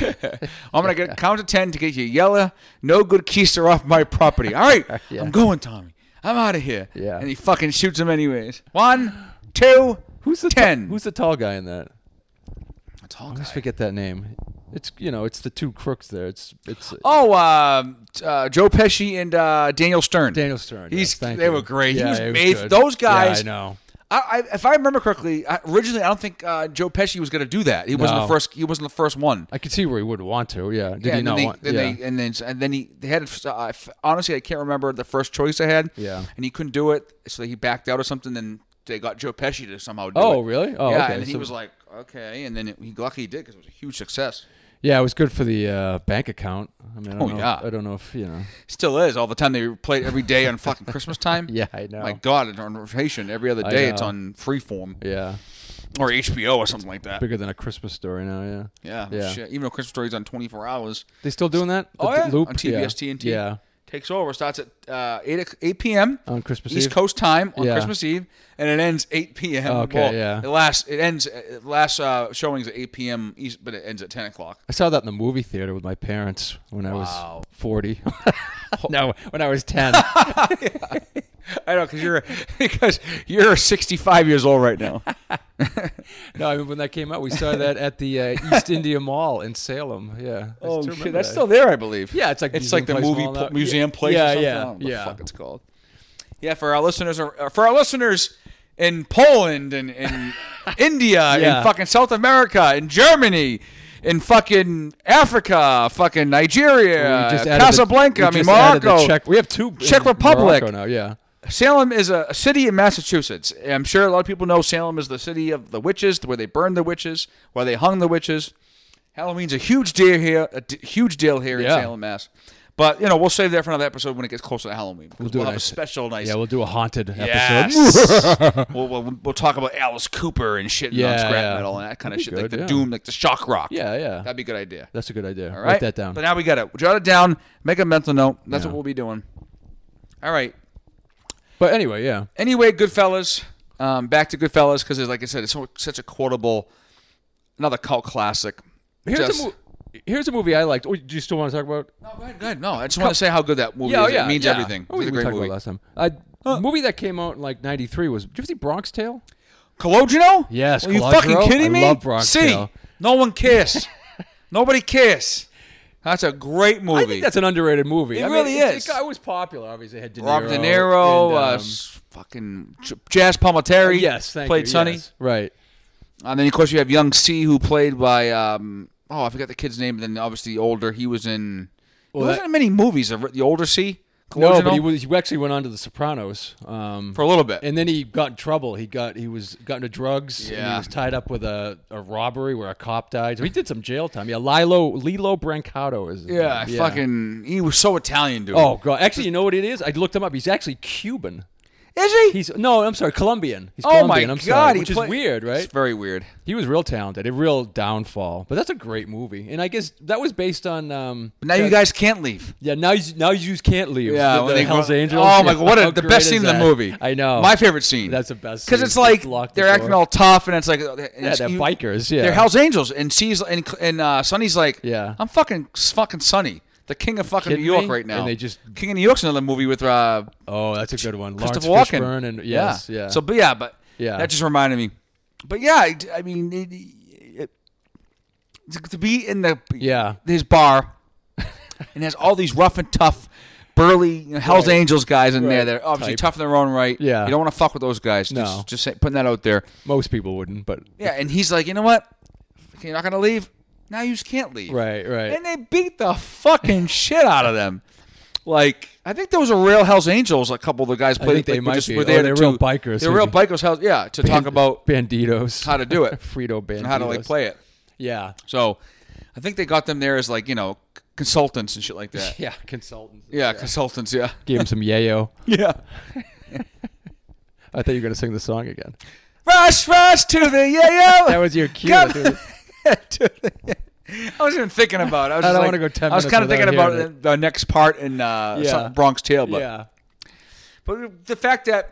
[SPEAKER 1] I'm gonna get, count to ten to get you yellow, no good keister off my property. All right,
[SPEAKER 2] [laughs] Yeah.
[SPEAKER 1] I'm going, Tommy. I'm out of here.
[SPEAKER 2] Yeah.
[SPEAKER 1] And he fucking shoots him anyways. One, two,
[SPEAKER 2] Who's the ta-
[SPEAKER 1] ten?
[SPEAKER 2] who's the tall guy in that?
[SPEAKER 1] the tall
[SPEAKER 2] I
[SPEAKER 1] guy?
[SPEAKER 2] always forget that name. It's you know, it's the two crooks there. It's it's
[SPEAKER 1] [gasps] Oh, uh, uh, Joe Pesci and uh, Daniel Stern.
[SPEAKER 2] Daniel Stern.
[SPEAKER 1] He's-
[SPEAKER 2] yes, thank
[SPEAKER 1] they
[SPEAKER 2] you.
[SPEAKER 1] were great. He
[SPEAKER 2] Yeah,
[SPEAKER 1] was
[SPEAKER 2] it
[SPEAKER 1] made-
[SPEAKER 2] good.
[SPEAKER 1] those guys-
[SPEAKER 2] Yeah, I know.
[SPEAKER 1] I, I, if I remember correctly, I, originally I don't think uh, Joe Pesci was going to do that. He wasn't the
[SPEAKER 2] No.
[SPEAKER 1] first. He wasn't the first one.
[SPEAKER 2] I could see where he would want to. Yeah. Did
[SPEAKER 1] yeah, and
[SPEAKER 2] he
[SPEAKER 1] then
[SPEAKER 2] not
[SPEAKER 1] they,
[SPEAKER 2] want?
[SPEAKER 1] then
[SPEAKER 2] yeah.
[SPEAKER 1] they, and then and then he they had. Uh, I f- honestly, I can't remember the first choice they had.
[SPEAKER 2] Yeah.
[SPEAKER 1] and he couldn't do it, so he backed out or something. Then they got Joe Pesci to somehow do it.
[SPEAKER 2] oh, really? Oh,
[SPEAKER 1] yeah,
[SPEAKER 2] okay.
[SPEAKER 1] and he
[SPEAKER 2] so-
[SPEAKER 1] was like, okay, and then it, he lucky he did because it was a huge success.
[SPEAKER 2] Yeah, it was good for the uh, bank account. I mean, I don't
[SPEAKER 1] Oh,
[SPEAKER 2] know,
[SPEAKER 1] yeah.
[SPEAKER 2] I don't know
[SPEAKER 1] [laughs]
[SPEAKER 2] if you know.
[SPEAKER 1] Still is all the time. They play it every day on fucking Christmas time.
[SPEAKER 2] [laughs] Yeah, I know.
[SPEAKER 1] My God, it's on rotation every other
[SPEAKER 2] I
[SPEAKER 1] day. It's
[SPEAKER 2] know.
[SPEAKER 1] on Freeform
[SPEAKER 2] Yeah,
[SPEAKER 1] or HBO or something like that.
[SPEAKER 2] bigger than a Christmas story now. Yeah,
[SPEAKER 1] Yeah,
[SPEAKER 2] Yeah.
[SPEAKER 1] Shit. Even though Christmas Story's on 24 hours,
[SPEAKER 2] they still doing that? The
[SPEAKER 1] Oh,
[SPEAKER 2] th-
[SPEAKER 1] yeah,
[SPEAKER 2] loop
[SPEAKER 1] on TBS,
[SPEAKER 2] yeah.
[SPEAKER 1] TNT.
[SPEAKER 2] Yeah,
[SPEAKER 1] takes over. Starts at uh, 8 o- 8 p.m.
[SPEAKER 2] on Christmas
[SPEAKER 1] East
[SPEAKER 2] Eve.
[SPEAKER 1] Coast time on
[SPEAKER 2] Yeah.
[SPEAKER 1] Christmas Eve, and it ends 8 p.m.
[SPEAKER 2] Okay,
[SPEAKER 1] Well,
[SPEAKER 2] yeah.
[SPEAKER 1] It lasts. It ends. It last uh, showings at 8 p.m. East, but it ends at 10 o'clock. [laughs]
[SPEAKER 2] I saw that in the movie theater with my parents when I
[SPEAKER 1] Wow.
[SPEAKER 2] was
[SPEAKER 1] [laughs]
[SPEAKER 2] forty. [laughs] no, when I was ten.
[SPEAKER 1] I know because you're [laughs] because you're 65 years old right now.
[SPEAKER 2] no, I mean, when that came out, we
[SPEAKER 1] [laughs]
[SPEAKER 2] saw that at the uh, East India Mall in Salem. Yeah. I still remember
[SPEAKER 1] Oh, That's
[SPEAKER 2] that.
[SPEAKER 1] still there, I believe.
[SPEAKER 2] Yeah, it's like
[SPEAKER 1] it's
[SPEAKER 2] Museum
[SPEAKER 1] like the
[SPEAKER 2] Place
[SPEAKER 1] movie
[SPEAKER 2] Mall now.
[SPEAKER 1] pl- museum place.
[SPEAKER 2] Yeah,
[SPEAKER 1] or something.
[SPEAKER 2] yeah,
[SPEAKER 1] I don't know what
[SPEAKER 2] yeah.
[SPEAKER 1] The fuck it's called. Yeah, for our listeners, or, or for our listeners in Poland and
[SPEAKER 2] [laughs]
[SPEAKER 1] in India, in
[SPEAKER 2] Yeah.
[SPEAKER 1] fucking South America, in Germany. In fucking Africa, fucking Nigeria,
[SPEAKER 2] We just added the-
[SPEAKER 1] Uh, Casablanca,
[SPEAKER 2] we
[SPEAKER 1] I mean
[SPEAKER 2] just added the
[SPEAKER 1] Morocco,
[SPEAKER 2] Czech, we have two
[SPEAKER 1] Czech
[SPEAKER 2] in
[SPEAKER 1] Republic.
[SPEAKER 2] Morocco now, yeah.
[SPEAKER 1] Salem is a, a city in Massachusetts. I'm sure a lot of people know Salem is the city of the witches, where they burned the witches, where they hung the witches. Halloween's a huge deal here, a d- huge deal here
[SPEAKER 2] Yeah.
[SPEAKER 1] in Salem, Mass. But you know, we'll save that for another episode when it gets closer to Halloween. We'll,
[SPEAKER 2] do a
[SPEAKER 1] have
[SPEAKER 2] nice-
[SPEAKER 1] a special nice.
[SPEAKER 2] Yeah, we'll do a haunted
[SPEAKER 1] [laughs]
[SPEAKER 2] episode.
[SPEAKER 1] Yes. we'll, we'll, we'll talk about Alice Cooper and shit
[SPEAKER 2] Yeah,
[SPEAKER 1] on scrap
[SPEAKER 2] yeah.
[SPEAKER 1] metal and that kind of shit,
[SPEAKER 2] That'd be
[SPEAKER 1] like the
[SPEAKER 2] good, yeah.
[SPEAKER 1] doom, like the shock rock.
[SPEAKER 2] Yeah, yeah.
[SPEAKER 1] that'd be a good idea.
[SPEAKER 2] That's a good idea.
[SPEAKER 1] All
[SPEAKER 2] Write
[SPEAKER 1] right,
[SPEAKER 2] that down.
[SPEAKER 1] But now we got it. Jot it down. Make a mental note. That's
[SPEAKER 2] Yeah.
[SPEAKER 1] what we'll be doing. All right.
[SPEAKER 2] But anyway, yeah.
[SPEAKER 1] anyway, Goodfellas. Um, back to Goodfellas because, like I said, it's so, such a quotable, another cult classic.
[SPEAKER 2] Here's
[SPEAKER 1] Just-
[SPEAKER 2] a mo- here's a movie I liked. Oh, do you still want to talk about?
[SPEAKER 1] No, go ahead, go ahead. No, I just want to say how good that movie is. it means
[SPEAKER 2] yeah.
[SPEAKER 1] everything.
[SPEAKER 2] Oh, we,
[SPEAKER 1] it's a
[SPEAKER 2] we
[SPEAKER 1] great
[SPEAKER 2] talked
[SPEAKER 1] movie.
[SPEAKER 2] about it last time. Uh, movie that came out in like '93 was. Did you ever see Bronx Tale?
[SPEAKER 1] Colodino?
[SPEAKER 2] Yes,
[SPEAKER 1] Are you
[SPEAKER 2] Colodro.
[SPEAKER 1] fucking kidding
[SPEAKER 2] I
[SPEAKER 1] me?
[SPEAKER 2] love Bronx
[SPEAKER 1] See,
[SPEAKER 2] Tale.
[SPEAKER 1] no one
[SPEAKER 2] [laughs]
[SPEAKER 1] kiss. Nobody kiss. That's a great movie.
[SPEAKER 2] I think that's an underrated movie.
[SPEAKER 1] It
[SPEAKER 2] I mean,
[SPEAKER 1] really
[SPEAKER 2] it's-
[SPEAKER 1] is.
[SPEAKER 2] It, got- it was popular. Obviously, it had De Niro.
[SPEAKER 1] Rob De Niro,
[SPEAKER 2] and,
[SPEAKER 1] uh,
[SPEAKER 2] um,
[SPEAKER 1] s- fucking J- Jazz Palminteri.
[SPEAKER 2] yes, thank
[SPEAKER 1] played
[SPEAKER 2] you,
[SPEAKER 1] Sonny.
[SPEAKER 2] yes, right.
[SPEAKER 1] And then of course you have young C, who played by um, oh I forgot the kid's name. And then obviously older, he was in.
[SPEAKER 2] Well,
[SPEAKER 1] there
[SPEAKER 2] that-
[SPEAKER 1] wasn't many movies of the older C.
[SPEAKER 2] No, but he,
[SPEAKER 1] Colangelo?
[SPEAKER 2] was, he actually went on to The Sopranos. Um,
[SPEAKER 1] for a little bit.
[SPEAKER 2] and then he got in trouble. He got he was got into drugs. And
[SPEAKER 1] Yeah.
[SPEAKER 2] he was tied up with a, a robbery where a cop died. So he did some jail time. Yeah, Lilo Lilo Brancato is. his
[SPEAKER 1] yeah,
[SPEAKER 2] name.
[SPEAKER 1] fucking. He was so Italian, dude.
[SPEAKER 2] Oh god! Actually, you know what it is? I looked him up. He's actually Cuban.
[SPEAKER 1] is he?
[SPEAKER 2] He's no, I'm sorry, Colombian. He's
[SPEAKER 1] oh my
[SPEAKER 2] Colombian. I'm
[SPEAKER 1] god,
[SPEAKER 2] sorry,
[SPEAKER 1] he
[SPEAKER 2] which
[SPEAKER 1] play-
[SPEAKER 2] is weird, right?
[SPEAKER 1] It's very weird.
[SPEAKER 2] He was real talented, a real downfall. But that's a great movie, and I guess that was based on. Um,
[SPEAKER 1] But now
[SPEAKER 2] yeah,
[SPEAKER 1] you guys can't leave.
[SPEAKER 2] yeah, now you now you can't leave.
[SPEAKER 1] Yeah,
[SPEAKER 2] the,
[SPEAKER 1] when
[SPEAKER 2] the
[SPEAKER 1] they go-
[SPEAKER 2] Hell's Angels.
[SPEAKER 1] Oh my
[SPEAKER 2] [laughs] Yeah,
[SPEAKER 1] god, what
[SPEAKER 2] how
[SPEAKER 1] a, the
[SPEAKER 2] great
[SPEAKER 1] best
[SPEAKER 2] is
[SPEAKER 1] scene in the
[SPEAKER 2] that?
[SPEAKER 1] movie.
[SPEAKER 2] I know.
[SPEAKER 1] my favorite scene.
[SPEAKER 2] That's the best
[SPEAKER 1] because
[SPEAKER 2] scene.
[SPEAKER 1] it's like
[SPEAKER 2] Lock the
[SPEAKER 1] they're acting
[SPEAKER 2] door.
[SPEAKER 1] all tough, and it's like yeah,
[SPEAKER 2] yeah, they're bikers. Yeah,
[SPEAKER 1] They're Hell's Angels, and C's and and uh, Sonny's like,
[SPEAKER 2] Yeah.
[SPEAKER 1] I'm fucking fucking Sonny, the king of fucking New
[SPEAKER 2] Kidding
[SPEAKER 1] York
[SPEAKER 2] me?
[SPEAKER 1] right now.
[SPEAKER 2] And they just-
[SPEAKER 1] King of New York's another movie with uh,
[SPEAKER 2] Oh, that's a good one. Lawrence
[SPEAKER 1] Christopher Walken
[SPEAKER 2] Fishburne and yes, yeah.
[SPEAKER 1] So, but yeah, but
[SPEAKER 2] Yeah.
[SPEAKER 1] that just reminded me. But yeah, I, I mean, it, it, to- to be in the
[SPEAKER 2] Yeah.
[SPEAKER 1] his bar and has all these rough and tough. Burly you know, Hell's
[SPEAKER 2] Right.
[SPEAKER 1] Angels guys in there.
[SPEAKER 2] Right.
[SPEAKER 1] They're obviously
[SPEAKER 2] Type.
[SPEAKER 1] tough in their own right.
[SPEAKER 2] Yeah.
[SPEAKER 1] You don't want to fuck with those guys.
[SPEAKER 2] No.
[SPEAKER 1] Just, just say, putting that out there.
[SPEAKER 2] most people wouldn't, but
[SPEAKER 1] Yeah, and he's like, you know what? If You're not gonna leave. Now you just can't leave.
[SPEAKER 2] right, right.
[SPEAKER 1] And they beat the
[SPEAKER 2] [laughs]
[SPEAKER 1] fucking shit out of them. Like I think there was a real Hell's Angels. A couple of the guys played.
[SPEAKER 2] think they
[SPEAKER 1] like, were
[SPEAKER 2] might
[SPEAKER 1] just,
[SPEAKER 2] be.
[SPEAKER 1] Were
[SPEAKER 2] Oh,
[SPEAKER 1] there
[SPEAKER 2] they're
[SPEAKER 1] to-
[SPEAKER 2] real bikers
[SPEAKER 1] They're
[SPEAKER 2] who
[SPEAKER 1] real
[SPEAKER 2] do-
[SPEAKER 1] bikers. Hell, yeah, to talk about
[SPEAKER 2] [laughs] banditos,
[SPEAKER 1] how to do it
[SPEAKER 2] [laughs] Frito banditos,
[SPEAKER 1] and how to like play it.
[SPEAKER 2] Yeah,
[SPEAKER 1] So I think they got them there as like you know c- consultants and shit like that.
[SPEAKER 2] [laughs] yeah. Consultants
[SPEAKER 1] Yeah, consultants. Yeah,
[SPEAKER 2] gave him some yayo.
[SPEAKER 1] yeah.
[SPEAKER 2] I thought you were gonna sing the
[SPEAKER 1] [laughs]
[SPEAKER 2] song again.
[SPEAKER 1] Rush, rush to the yeah.
[SPEAKER 2] That was your cue.
[SPEAKER 1] Come-
[SPEAKER 2] That [laughs]
[SPEAKER 1] [laughs]
[SPEAKER 2] was-
[SPEAKER 1] to the- I wasn't even thinking about it. I, was
[SPEAKER 2] I
[SPEAKER 1] just
[SPEAKER 2] don't
[SPEAKER 1] like-
[SPEAKER 2] wanna go 10
[SPEAKER 1] I was
[SPEAKER 2] minutes
[SPEAKER 1] kind of thinking
[SPEAKER 2] without
[SPEAKER 1] about
[SPEAKER 2] hearing
[SPEAKER 1] the the next part in uh,
[SPEAKER 2] Yeah.
[SPEAKER 1] some- Bronx Tale, but
[SPEAKER 2] yeah,
[SPEAKER 1] But the fact that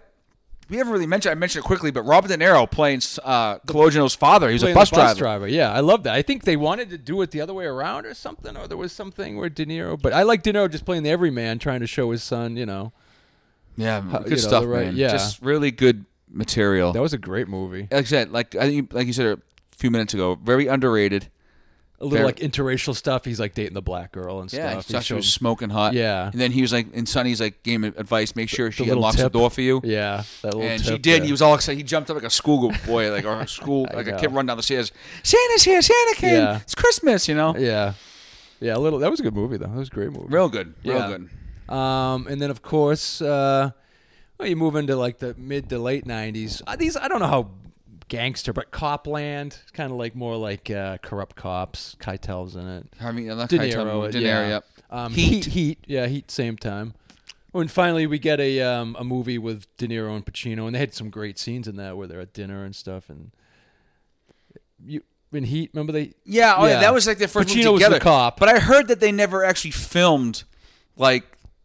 [SPEAKER 1] we haven't really mentioned, I mentioned it quickly, but Robert De Niro playing uh, Cologeno's father, he was a
[SPEAKER 2] Playing
[SPEAKER 1] bus,
[SPEAKER 2] the
[SPEAKER 1] driver.
[SPEAKER 2] Yeah, I love that. I think they wanted to do it the other way around or something, or there was something where De Niro. But I like De Niro just playing the everyman, trying to show his son. You know,
[SPEAKER 1] Yeah,
[SPEAKER 2] you
[SPEAKER 1] good
[SPEAKER 2] know,
[SPEAKER 1] stuff,
[SPEAKER 2] the right-
[SPEAKER 1] man.
[SPEAKER 2] yeah.
[SPEAKER 1] Just really good material.
[SPEAKER 2] that was a great movie.
[SPEAKER 1] Like I said, like I think, you- like you said a few minutes ago, very underrated.
[SPEAKER 2] A little
[SPEAKER 1] Very-
[SPEAKER 2] like interracial stuff. He's like dating the black girl and
[SPEAKER 1] Yeah,
[SPEAKER 2] stuff.
[SPEAKER 1] he thought she
[SPEAKER 2] showed-
[SPEAKER 1] was smoking hot.
[SPEAKER 2] Yeah.
[SPEAKER 1] and then he was like, and Sonny's like, gave him advice: make sure she
[SPEAKER 2] little
[SPEAKER 1] unlocks
[SPEAKER 2] tip.
[SPEAKER 1] the door for you.
[SPEAKER 2] yeah, that little
[SPEAKER 1] And she
[SPEAKER 2] tip
[SPEAKER 1] did.
[SPEAKER 2] there.
[SPEAKER 1] He was all excited. He jumped up like a schoolboy, like
[SPEAKER 2] [laughs]
[SPEAKER 1] or a school, like a
[SPEAKER 2] know.
[SPEAKER 1] kid run down the stairs. Santa's here. Santa came.
[SPEAKER 2] Yeah.
[SPEAKER 1] It's Christmas, you know.
[SPEAKER 2] Yeah, yeah. A little. That was a good movie though. That was a great movie.
[SPEAKER 1] Real good. Real
[SPEAKER 2] Yeah.
[SPEAKER 1] good.
[SPEAKER 2] Um, and then of course, uh, well, you move into like the mid to late '90s. Uh, These I don't know how gangster, but Copland. It's kind of like more like uh, corrupt cops. Keitel's in it.
[SPEAKER 1] I mean, that's
[SPEAKER 2] De
[SPEAKER 1] kind of
[SPEAKER 2] Niro,
[SPEAKER 1] tough. De Niro,
[SPEAKER 2] yeah.
[SPEAKER 1] yep.
[SPEAKER 2] Um,
[SPEAKER 1] Heat.
[SPEAKER 2] Heat. Heat, yeah, Heat, same time. Oh, and finally, we get a um, a movie with De Niro and Pacino, and they had some great scenes in that where they're at dinner and stuff. And you in Heat, remember they?
[SPEAKER 1] Yeah, oh yeah.
[SPEAKER 2] Yeah.
[SPEAKER 1] that was like their first
[SPEAKER 2] Pacino
[SPEAKER 1] movie
[SPEAKER 2] was the
[SPEAKER 1] together.
[SPEAKER 2] cop.
[SPEAKER 1] But I heard that they never actually filmed. Like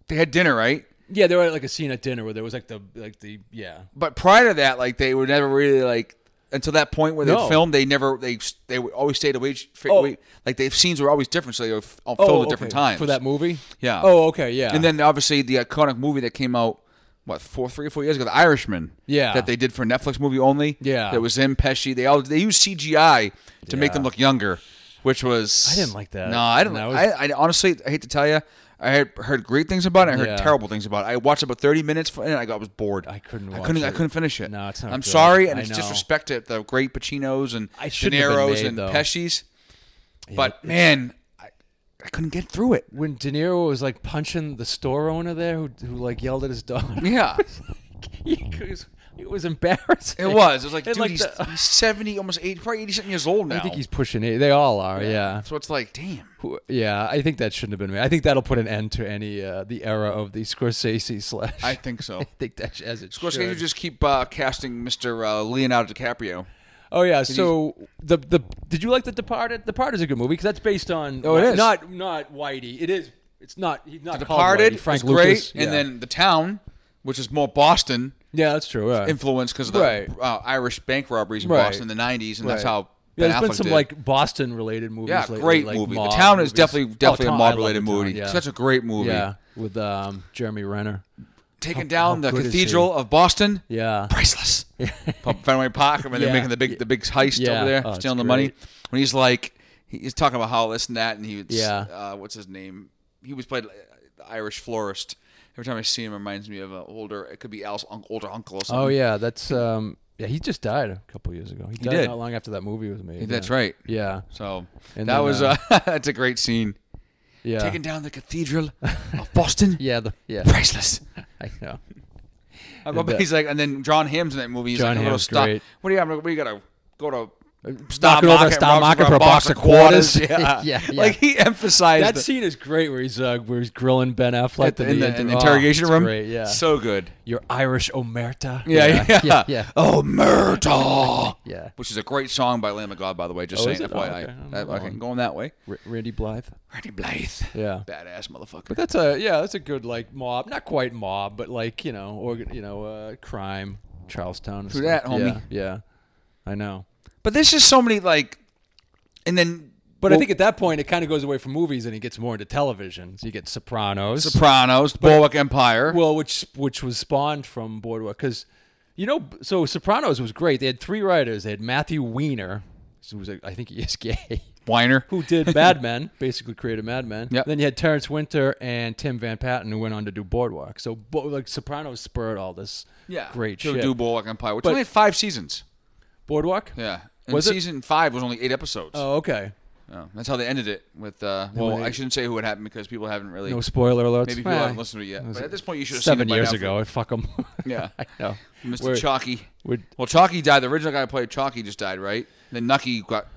[SPEAKER 1] they had dinner, right?
[SPEAKER 2] Yeah, they were at like a scene at dinner where there was like the like the yeah.
[SPEAKER 1] But prior to that, like they were never really like until that point where they
[SPEAKER 2] No.
[SPEAKER 1] filmed. They never they they would always stayed away.
[SPEAKER 2] Oh.
[SPEAKER 1] away like the scenes were always different, so they were f- all filmed at different
[SPEAKER 2] okay.
[SPEAKER 1] times
[SPEAKER 2] for that movie.
[SPEAKER 1] Yeah.
[SPEAKER 2] Oh, okay, yeah.
[SPEAKER 1] And then obviously the iconic movie that came out what four, three or four years ago, The Irishman.
[SPEAKER 2] Yeah.
[SPEAKER 1] That they did for a Netflix movie only.
[SPEAKER 2] Yeah.
[SPEAKER 1] That was in Pesci. They all they used CGI to make
[SPEAKER 2] Yeah.
[SPEAKER 1] them look younger, which was
[SPEAKER 2] I didn't like that.
[SPEAKER 1] No, I didn't.
[SPEAKER 2] That was-
[SPEAKER 1] I, I honestly, I hate to tell you. I had heard great things about it. I heard
[SPEAKER 2] Yeah.
[SPEAKER 1] terrible things about it. I watched about thirty minutes for- and I got I was bored.
[SPEAKER 2] I couldn't
[SPEAKER 1] I
[SPEAKER 2] watch
[SPEAKER 1] couldn't. I
[SPEAKER 2] it.
[SPEAKER 1] couldn't finish it.
[SPEAKER 2] No, it's not
[SPEAKER 1] I'm
[SPEAKER 2] good.
[SPEAKER 1] sorry, and
[SPEAKER 2] I
[SPEAKER 1] it's
[SPEAKER 2] know.
[SPEAKER 1] disrespect to the great Pacinos and
[SPEAKER 2] I
[SPEAKER 1] De
[SPEAKER 2] shouldn't have been
[SPEAKER 1] Niro's
[SPEAKER 2] made,
[SPEAKER 1] and
[SPEAKER 2] though.
[SPEAKER 1] Pesci's. But man, I, I couldn't get through
[SPEAKER 2] [laughs]
[SPEAKER 1] it.
[SPEAKER 2] when De Niro was like punching the store owner there, who, who like yelled at his [laughs] daughter.
[SPEAKER 1] Yeah.
[SPEAKER 2] it, was, it was embarrassing.
[SPEAKER 1] It was. It was like,
[SPEAKER 2] And,
[SPEAKER 1] dude, he's,
[SPEAKER 2] the-
[SPEAKER 1] he's 70, almost 80, probably 80 something years old now.
[SPEAKER 2] I think he's pushing it. They all are. Yeah.
[SPEAKER 1] so it's like, damn.
[SPEAKER 2] Who- Yeah. I think that shouldn't have been made. I think that'll put an end to any uh, the era of the Scorsese slash.
[SPEAKER 1] I think so.
[SPEAKER 2] [laughs] I think that sh- as it
[SPEAKER 1] Of course,
[SPEAKER 2] should.
[SPEAKER 1] you just keep uh, casting Mr. Uh, Leonardo DiCaprio.
[SPEAKER 2] oh yeah. So the the did you like the Departed? Departed is a good movie because that's based on.
[SPEAKER 1] Oh, it is.
[SPEAKER 2] not not Whitey. It is. It's not. He's not called
[SPEAKER 1] Departed
[SPEAKER 2] Whitey. Frank
[SPEAKER 1] was great,
[SPEAKER 2] Lucas.
[SPEAKER 1] and
[SPEAKER 2] yeah.
[SPEAKER 1] then The Town, which is more Boston
[SPEAKER 2] yeah, that's true. Yeah.
[SPEAKER 1] influence because of the
[SPEAKER 2] Right.
[SPEAKER 1] uh, Irish bank robberies in
[SPEAKER 2] Right.
[SPEAKER 1] Boston in the 90s, and that's
[SPEAKER 2] Right.
[SPEAKER 1] how.
[SPEAKER 2] Yeah,
[SPEAKER 1] Ben
[SPEAKER 2] there's been
[SPEAKER 1] Affleck
[SPEAKER 2] some
[SPEAKER 1] did.
[SPEAKER 2] like Boston related movies.
[SPEAKER 1] yeah,
[SPEAKER 2] lately,
[SPEAKER 1] great
[SPEAKER 2] like
[SPEAKER 1] movie.
[SPEAKER 2] mob
[SPEAKER 1] the town
[SPEAKER 2] movies.
[SPEAKER 1] is definitely
[SPEAKER 2] Oh,
[SPEAKER 1] definitely
[SPEAKER 2] Town-
[SPEAKER 1] a
[SPEAKER 2] I love
[SPEAKER 1] mob related
[SPEAKER 2] The Town,
[SPEAKER 1] movie.
[SPEAKER 2] yeah.
[SPEAKER 1] Such a great movie.
[SPEAKER 2] yeah, with um, Jeremy Renner.
[SPEAKER 1] Taking
[SPEAKER 2] how
[SPEAKER 1] down the
[SPEAKER 2] good is he?
[SPEAKER 1] Cathedral of Boston,
[SPEAKER 2] Yeah,
[SPEAKER 1] priceless. [laughs] Pump Fenway Park, and they're
[SPEAKER 2] Yeah.
[SPEAKER 1] making the big the big heist
[SPEAKER 2] Yeah.
[SPEAKER 1] over there,
[SPEAKER 2] Oh, it's
[SPEAKER 1] stealing the money.
[SPEAKER 2] great.
[SPEAKER 1] When he's like, he- he's talking about how this and that, and he was,
[SPEAKER 2] Yeah.
[SPEAKER 1] uh, what's his name? He was played uh, the Irish florist. Every time I see him, it reminds me of an older. It could be Al's un- older uncle or something.
[SPEAKER 2] Oh yeah, that's um, yeah. He just died a couple years ago. He, died
[SPEAKER 1] did.
[SPEAKER 2] not long after that movie was made.
[SPEAKER 1] that's
[SPEAKER 2] Oh, yeah.
[SPEAKER 1] right.
[SPEAKER 2] Yeah,
[SPEAKER 1] So
[SPEAKER 2] And
[SPEAKER 1] that
[SPEAKER 2] then,
[SPEAKER 1] was uh, [laughs]
[SPEAKER 2] uh,
[SPEAKER 1] that's a great scene.
[SPEAKER 2] yeah,
[SPEAKER 1] Taking down the
[SPEAKER 2] [laughs]
[SPEAKER 1] Cathedral of Boston,
[SPEAKER 2] yeah, the, yeah.
[SPEAKER 1] priceless.
[SPEAKER 2] I know.
[SPEAKER 1] I love
[SPEAKER 2] And, uh,
[SPEAKER 1] he's like, and then John Hamm's in that movie. He's
[SPEAKER 2] John
[SPEAKER 1] like a little
[SPEAKER 2] Hamm's
[SPEAKER 1] stop.
[SPEAKER 2] great.
[SPEAKER 1] What do you have? What do you gotta go to?
[SPEAKER 2] Stock over a stock market for a box of
[SPEAKER 1] [laughs]
[SPEAKER 2] quarters.
[SPEAKER 1] Yeah.
[SPEAKER 2] [laughs] Yeah, yeah.
[SPEAKER 1] Like he emphasized
[SPEAKER 2] That
[SPEAKER 1] the-
[SPEAKER 2] scene is great where he's uh, where he's grilling Ben Affleck
[SPEAKER 1] at the- in the, in the
[SPEAKER 2] oh,
[SPEAKER 1] interrogation
[SPEAKER 2] it's
[SPEAKER 1] room.
[SPEAKER 2] Great, yeah.
[SPEAKER 1] So good.
[SPEAKER 2] Your Irish omerta.
[SPEAKER 1] Yeah, yeah.
[SPEAKER 2] yeah,
[SPEAKER 1] [laughs]
[SPEAKER 2] yeah.
[SPEAKER 1] Oh, Murda.
[SPEAKER 2] [laughs] yeah.
[SPEAKER 1] Which is a great song by Lamb of God, by the way. Just
[SPEAKER 2] Oh, is
[SPEAKER 1] saying,
[SPEAKER 2] it? Oh,
[SPEAKER 1] FYI.
[SPEAKER 2] okay. I'm
[SPEAKER 1] That-
[SPEAKER 2] not
[SPEAKER 1] Uh, okay,
[SPEAKER 2] on.
[SPEAKER 1] going that way.
[SPEAKER 2] R- Randy Blythe.
[SPEAKER 1] Randy Blythe.
[SPEAKER 2] Yeah.
[SPEAKER 1] Badass motherfucker.
[SPEAKER 2] But that's a yeah, that's a good like mob, not quite mob, but like you know, or you know, uh, crime, Charlestown. and
[SPEAKER 1] True
[SPEAKER 2] stuff.
[SPEAKER 1] that, homie.
[SPEAKER 2] Yeah, yeah. I know.
[SPEAKER 1] But there's just so many like, and then
[SPEAKER 2] But I
[SPEAKER 1] Well,
[SPEAKER 2] think at that point it kind of goes away from movies and it gets more into television. So you get Sopranos,
[SPEAKER 1] Sopranos, Boardwalk Empire.
[SPEAKER 2] well, which which was spawned from Boardwalk because you know, so Sopranos was great. They had three writers. They had Matthew Weiner, who was a, I think he is [laughs] gay,
[SPEAKER 1] Weiner.
[SPEAKER 2] who
[SPEAKER 1] [laughs]
[SPEAKER 2] did Mad Men, basically created Mad Men.
[SPEAKER 1] Yep.
[SPEAKER 2] Then you had Terrence Winter and Tim Van Patten, who went on to do Boardwalk. So bo- like Sopranos spurred all this.
[SPEAKER 1] Yeah.
[SPEAKER 2] great
[SPEAKER 1] So
[SPEAKER 2] shit.
[SPEAKER 1] do Boardwalk Empire, which
[SPEAKER 2] But-
[SPEAKER 1] only had five seasons.
[SPEAKER 2] Boardwalk.
[SPEAKER 1] Yeah. And
[SPEAKER 2] Was it-
[SPEAKER 1] season five was only eight episodes.
[SPEAKER 2] Oh, okay.
[SPEAKER 1] Oh, that's how they ended it with. Uh, well,
[SPEAKER 2] they-
[SPEAKER 1] I shouldn't say who it happened because people haven't really.
[SPEAKER 2] No spoiler alerts.
[SPEAKER 1] maybe people
[SPEAKER 2] Well, [laughs]
[SPEAKER 1] haven't listened to it yet.
[SPEAKER 2] was
[SPEAKER 1] But at this point, you should have seen
[SPEAKER 2] Seven
[SPEAKER 1] it by
[SPEAKER 2] years
[SPEAKER 1] now.
[SPEAKER 2] ago, fuck [laughs] them.
[SPEAKER 1] Yeah.
[SPEAKER 2] I know.
[SPEAKER 1] Mr.
[SPEAKER 2] We're-
[SPEAKER 1] Chalky.
[SPEAKER 2] we're-
[SPEAKER 1] Well, Chalky died. The original guy who played Chalky just died, right? Then Nucky got